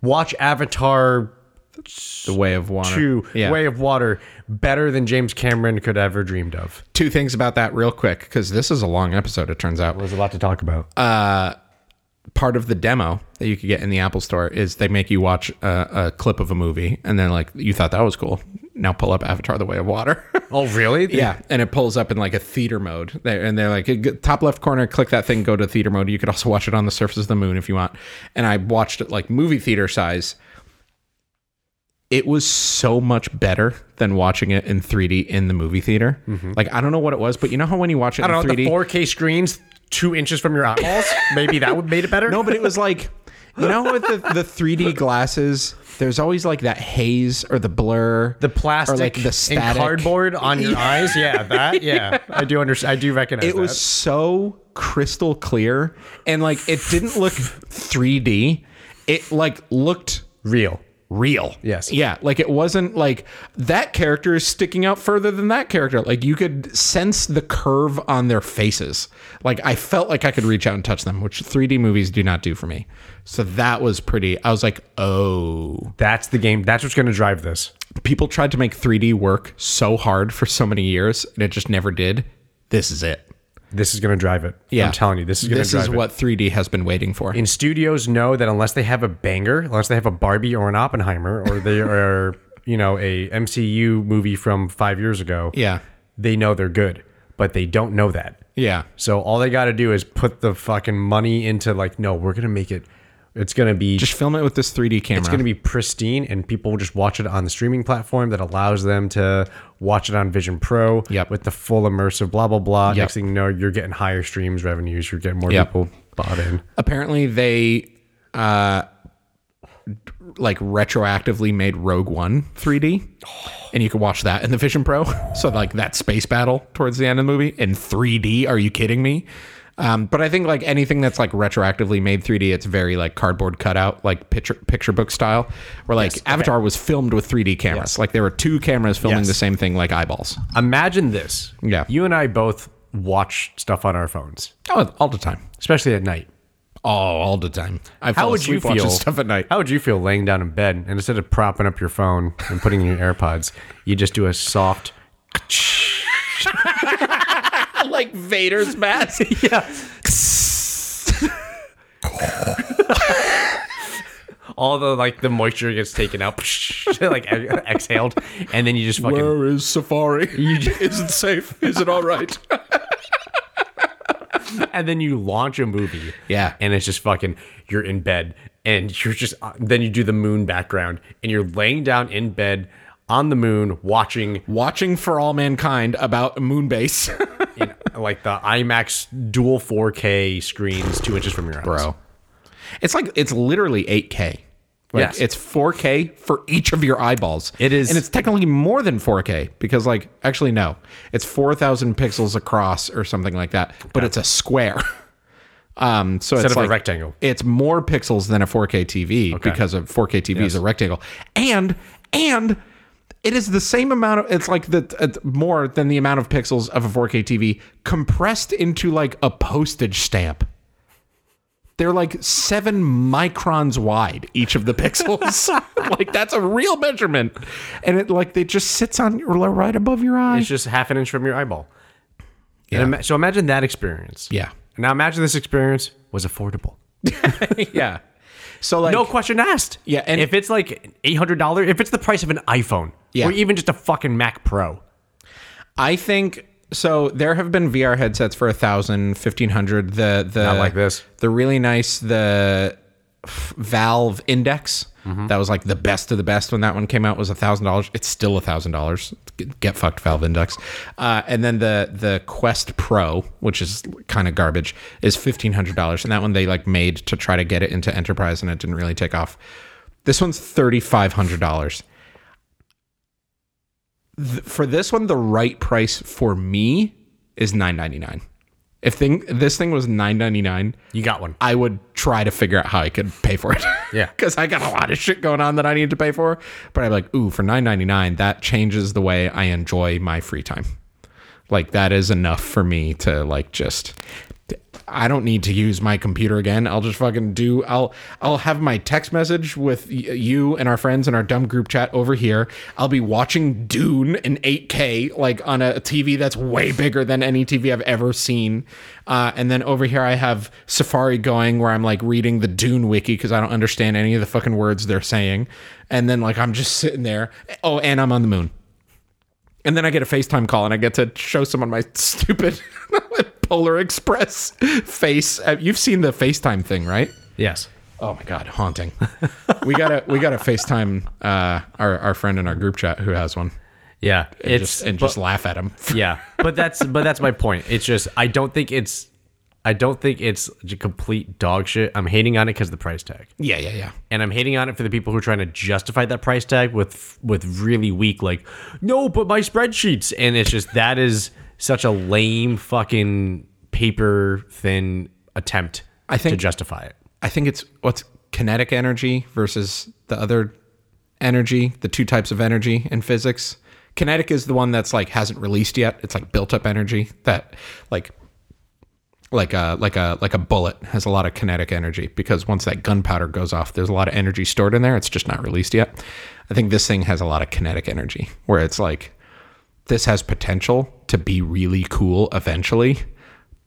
Speaker 2: watch avatar
Speaker 1: the way of water.
Speaker 2: 2
Speaker 1: Yeah.
Speaker 2: way of water better than james cameron could ever dreamed of
Speaker 1: Two things about that, real quick, because this is a long episode, it turns out.
Speaker 2: there's a lot to talk about
Speaker 1: part of the demo that you could get in the Apple Store is they make you watch a, a clip of a movie, and then like you thought that was cool. Now pull up Avatar: The Way of Water.
Speaker 2: Oh, really?
Speaker 1: yeah, and it pulls up in like a theater mode, They- and they're like "G- top left corner, click that thing, go to theater mode. You could also watch it on the surface of the moon if you want. And I watched it like movie theater size. It was so much better than watching it in 3D in the movie theater. Like I don't know what it was, but you know how when you watch it
Speaker 2: Mm-hmm. I don't
Speaker 1: in
Speaker 2: know.
Speaker 1: 3D,
Speaker 2: The 4K screens two inches from your eyeballs. Maybe that would made it better.
Speaker 1: No, but it was like, you know, with the, the 3D glasses, there's always like that haze or the blur,
Speaker 2: the plastic
Speaker 1: or like the
Speaker 2: and
Speaker 1: static.
Speaker 2: cardboard on your eyes. Yeah, that. Yeah, I do understand. I do recognize.
Speaker 1: It was so crystal clear, and like it didn't look 3D. It like looked
Speaker 2: that. real.
Speaker 1: real.
Speaker 2: Yes.
Speaker 1: Yeah. Like it wasn't like that character is sticking out further than that character. Like you could sense the curve on their faces. Like I felt like I could reach out and touch them, which 3D movies do not do for me. So that was pretty. I was like, oh.
Speaker 2: That's the game. That's what's going to drive this.
Speaker 1: People tried to make 3D work so hard for so many years and it just never did. This is it.
Speaker 2: This is going to drive it.
Speaker 1: Yeah.
Speaker 2: I'm telling you, this is going to
Speaker 1: This
Speaker 2: drive
Speaker 1: is
Speaker 2: it.
Speaker 1: what 3D has been waiting for.
Speaker 2: and studios know that unless they have a banger, unless they have a Barbie or an Oppenheimer, or they are, you know, a MCU movie from five years ago,
Speaker 1: yeah.
Speaker 2: they know they're good, but they don't know that.
Speaker 1: Yeah.
Speaker 2: So all they got to do is put the fucking money into like, no, we're gonna make it. It's gonna be
Speaker 1: Just film it with this 3D camera.
Speaker 2: it's gonna be pristine, and people will just watch it on the streaming platform that allows them to watch it on Vision Pro.
Speaker 1: Yep.
Speaker 2: With the full immersive, blah blah blah. Next
Speaker 1: Yep.
Speaker 2: thing you know, you're getting higher streams revenues. You're getting more
Speaker 1: Yep.
Speaker 2: people bought in.
Speaker 1: apparently they uh like retroactively made Rogue One 3D, and you can watch that in the Vision Pro. so like that space battle towards the end of the movie in 3D. Are you kidding me? Um, but I think like anything that's like retroactively made 3D, it's very like cardboard cutout, like picture picture book style. Where like Avatar was filmed with 3D cameras, like there were two cameras filming
Speaker 2: Yes.
Speaker 1: the same thing, like eyeballs.
Speaker 2: Imagine this.
Speaker 1: Yeah.
Speaker 2: You and I both watch stuff on our phones,
Speaker 1: Oh, all the time.
Speaker 2: especially at night.
Speaker 1: Oh, all the time. I
Speaker 2: How
Speaker 1: fall
Speaker 2: would you
Speaker 1: asleep watching
Speaker 2: feel?
Speaker 1: stuff at night.
Speaker 2: How would you feel laying down in bed and instead of propping up your phone and putting in your AirPods, you just do a soft
Speaker 1: like Vader's mask.
Speaker 2: Yeah. All the like the moisture gets taken out, like e-, exhaled, and then you just fucking
Speaker 1: Where is Safari? is it safe? Is it all right?
Speaker 2: and then you launch a movie.
Speaker 1: Yeah.
Speaker 2: And it's just fucking, you're in bed and you're just, uh, then you do the moon background and you're laying down in bed on the moon watching
Speaker 1: Watching for all mankind about Moonbase,
Speaker 2: in, like the IMAX dual 4K screens two inches from your eyes.
Speaker 1: It's like it's literally 8K. Like
Speaker 2: Yes.
Speaker 1: it's 4K for each of your eyeballs.
Speaker 2: It is-
Speaker 1: and it's technically more than 4K because, like, actually no, it's 4,000 pixels across or something like that. But it's a square. Um, so it's
Speaker 2: of a
Speaker 1: like-
Speaker 2: rectangle.
Speaker 1: It's more pixels than a 4K TV
Speaker 2: Okay.
Speaker 1: because a 4K TV is a rectangle, and and it is the same amount of it's like the it's more than the amount of pixels of a 4K TV compressed into like a postage stamp. They're like seven microns wide, each of the pixels. like that's a real measurement, and it like it just sits on right above your eye.
Speaker 2: It's just half an inch from your eyeball.
Speaker 1: Yeah.
Speaker 2: And ima- so imagine that experience.
Speaker 1: Yeah,
Speaker 2: Now imagine this experience was affordable.
Speaker 1: yeah. So like
Speaker 2: No question asked.
Speaker 1: Yeah, and-
Speaker 2: if it's like eight hundred dollars, if it's the price of an iPhone,
Speaker 1: Yeah.
Speaker 2: or even just a fucking Mac Pro,
Speaker 1: I think so. There have been VR headsets for a thousand, fifteen hundred. The the
Speaker 2: Not like this.
Speaker 1: The really nice the f- Valve Index.
Speaker 2: Mm-hmm.
Speaker 1: That was like the best of the best when that one came out was a thousand dollars. It's still a thousand dollars. Get fucked, Valve Index. Uh, and then the the Quest Pro, which is kind of garbage, is fifteen hundred dollars. And that one they like made to try to get it into enterprise, and it didn't really take off. This one's thirty five hundred dollars for this one, the right price for me is nine ninety nine. If thing this thing was nine ninety nine,
Speaker 2: you got one.
Speaker 1: I would try to figure out how I could pay for it.
Speaker 2: Yeah.
Speaker 1: because I got a lot of shit going on that I need to pay for. But I'm like, ooh, for nine ninety nine, that changes the way I enjoy my free time. Like that is enough for me to like just. I don't need to use my computer again. I'll just fucking do. I'll I'll have my text message with y- you and our friends in our dumb group chat over here. I'll be watching Dune in 8K, like on a TV that's way bigger than any TV I've ever seen. Uh, and then over here, I have Safari going where I'm like reading the Dune wiki because I don't understand any of the fucking words they're saying. And then like I'm just sitting there. Oh, and I'm on the moon. And then I get a FaceTime call and I get to show someone my stupid Polar Express face. Uh, You've seen the FaceTime thing, right?
Speaker 2: Yes.
Speaker 1: Oh my god, haunting. we gotta we gotta FaceTime uh, our our friend in our group chat who has one.
Speaker 2: Yeah.
Speaker 1: And
Speaker 2: It's
Speaker 1: just, and just laugh at him.
Speaker 2: yeah, but that's but that's my point. It's just I don't think it's. I don't think it's j- complete dog shit. I'm hating on it because the price tag,
Speaker 1: Yeah, yeah, yeah.
Speaker 2: and I'm hating on it for the people who are trying to justify that price tag with with really weak, like, no, but my spreadsheets, and it's just that is such a lame fucking paper thin attempt.
Speaker 1: I think-
Speaker 2: to justify it.
Speaker 1: I think it's what's kinetic energy versus the other energy, the two types of energy in physics. Kinetic is the one that's like hasn't released yet. It's like built up energy that like like a like a like a bullet has a lot of kinetic energy because once that gunpowder goes off, there's a lot of energy stored in there. It's just not released yet. I think this thing has a lot of kinetic energy where it's like this has potential to be really cool eventually,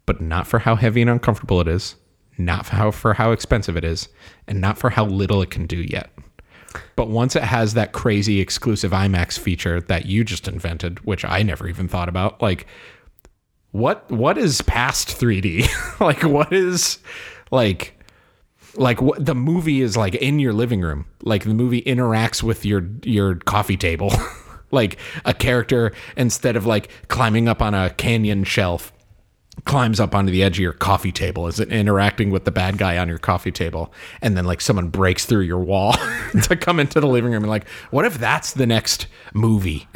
Speaker 1: but not for how heavy and uncomfortable it is, not for how for how expensive it is, and not for how little it can do yet. But once it has that crazy exclusive IMAX feature that you just invented, which I never even thought about, like what what is past 3D? like what is like like what the movie is like in your living room. Like the movie interacts with your your coffee table. like a character instead of like climbing up on a canyon shelf climbs up onto the edge of your coffee table is it interacting with the bad guy on your coffee table and then like someone breaks through your wall to come into the living room and like what if that's the next movie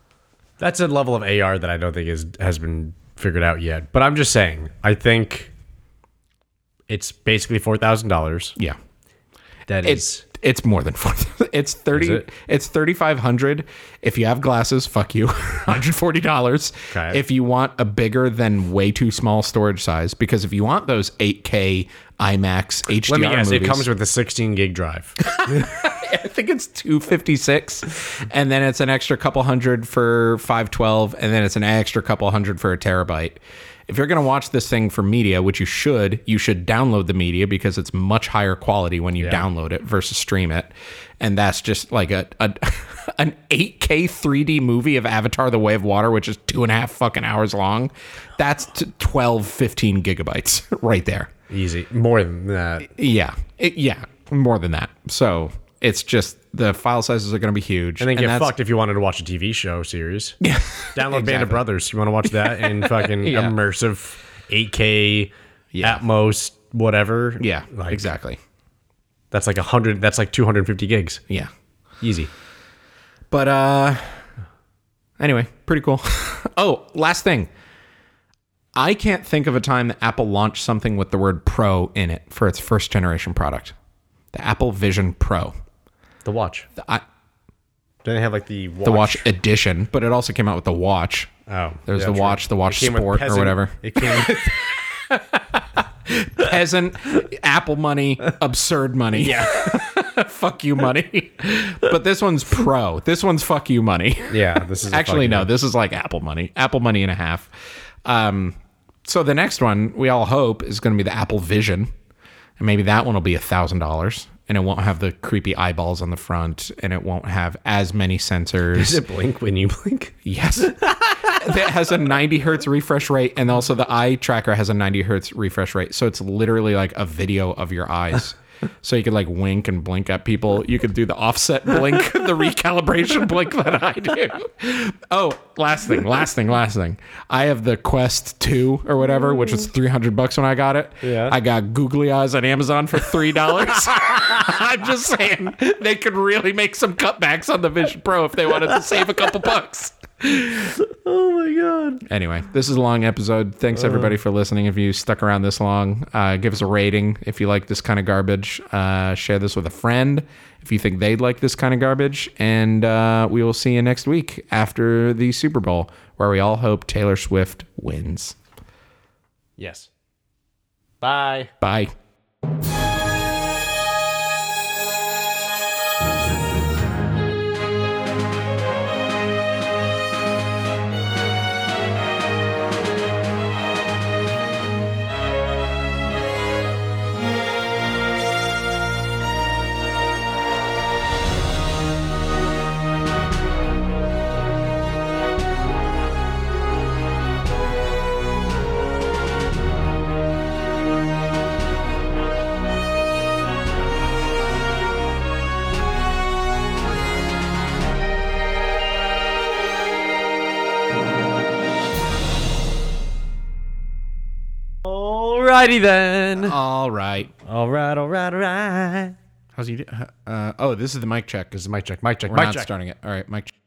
Speaker 2: That's a level of AR that I don't think is has been figured out yet. But I'm just saying, I think it's basically four thousand dollars.
Speaker 1: yeah
Speaker 2: That
Speaker 1: it's it's more than four it's 30
Speaker 2: Is it?
Speaker 1: it's 3500 if you have glasses fuck you 140 dollars
Speaker 2: Okay.
Speaker 1: if you want a bigger than way too small storage size because if you want those 8k imax hdr
Speaker 2: let me guess,
Speaker 1: movies,
Speaker 2: it comes with a sixteen gig drive.
Speaker 1: I think it's 256 and then it's an extra couple hundred for 512 and then it's an extra couple hundred for a terabyte. If you're going to watch this thing for media, which you should, you should download the media because it's much higher quality when you download it versus stream it. And that's just like a, a an 8K 3D movie of Avatar: The Way of Water, which is two and a half fucking hours long. That's t- 12, 15 gigabytes right there.
Speaker 2: Easy. More than that.
Speaker 1: Yeah, It- yeah, more than that. So it's just the file sizes are going to be huge.
Speaker 2: And then get
Speaker 1: that's-
Speaker 2: fucked if you wanted to watch a TV show series. Yeah. Download Band of
Speaker 1: Exactly.
Speaker 2: Brothers. You want to watch that in fucking
Speaker 1: Yeah.
Speaker 2: immersive 8K
Speaker 1: Yeah.
Speaker 2: Atmos whatever.
Speaker 1: Yeah,
Speaker 2: Like,
Speaker 1: exactly.
Speaker 2: That's like 100 that's like 250 gigs.
Speaker 1: Yeah,
Speaker 2: Easy.
Speaker 1: but uh, anyway, pretty cool. oh, last thing. I can't think of a time that Apple launched something with the word Pro in it for its first generation product, the Apple Vision Pro.
Speaker 2: The watch.
Speaker 1: The, I,
Speaker 2: Didn't they have like the watch?
Speaker 1: the watch. edition, but it also came out with the watch.
Speaker 2: Oh.
Speaker 1: There's
Speaker 2: yeah,
Speaker 1: the
Speaker 2: true.
Speaker 1: watch, the watch
Speaker 2: It came with
Speaker 1: sport, or
Speaker 2: peasant-
Speaker 1: whatever.
Speaker 2: It came with,
Speaker 1: peasant apple money absurd money yeah fuck you money but this one's pro this one's fuck you money
Speaker 2: yeah, this is a
Speaker 1: actually
Speaker 2: fucking-
Speaker 1: no this is like apple money apple money and a half um so the next one we all hope is going to be the apple vision and maybe that one will be a thousand dollars and it won't have the creepy eyeballs on the front and it won't have as many sensors
Speaker 2: Does it blink when you blink?
Speaker 1: Yes. that has a 90 hertz refresh rate, and also the eye tracker has a 90 hertz refresh rate. So it's literally like a video of your eyes. So you could like wink and blink at people. You could do the offset blink, the recalibration blink that I do. Oh, last thing, last thing, last thing. I have the Quest 2 or whatever, which was 300 bucks when I got it.
Speaker 2: Yeah.
Speaker 1: I got googly eyes on Amazon for $3. I'm just saying they could really make some cutbacks on the Vision Pro if they wanted to save a couple bucks.
Speaker 2: Oh my god.
Speaker 1: Anyway, this is a long episode. Thanks everybody for listening. If you stuck around this long, uh, give us a rating. If you like this kind of garbage, uh, share this with a friend. If you think they'd like this kind of garbage, and uh, we will see you next week after the Super Bowl, where we all hope Taylor Swift wins.
Speaker 2: Yes. Bye.
Speaker 1: Bye.
Speaker 2: Alrighty then.
Speaker 1: All right.
Speaker 2: All right, all right, all right.
Speaker 1: How's he? do- Uh, oh, this is the mic check because
Speaker 2: Mic check, mic check,
Speaker 1: we're
Speaker 2: mic
Speaker 1: not
Speaker 2: check.
Speaker 1: starting it. All right, mic. Check.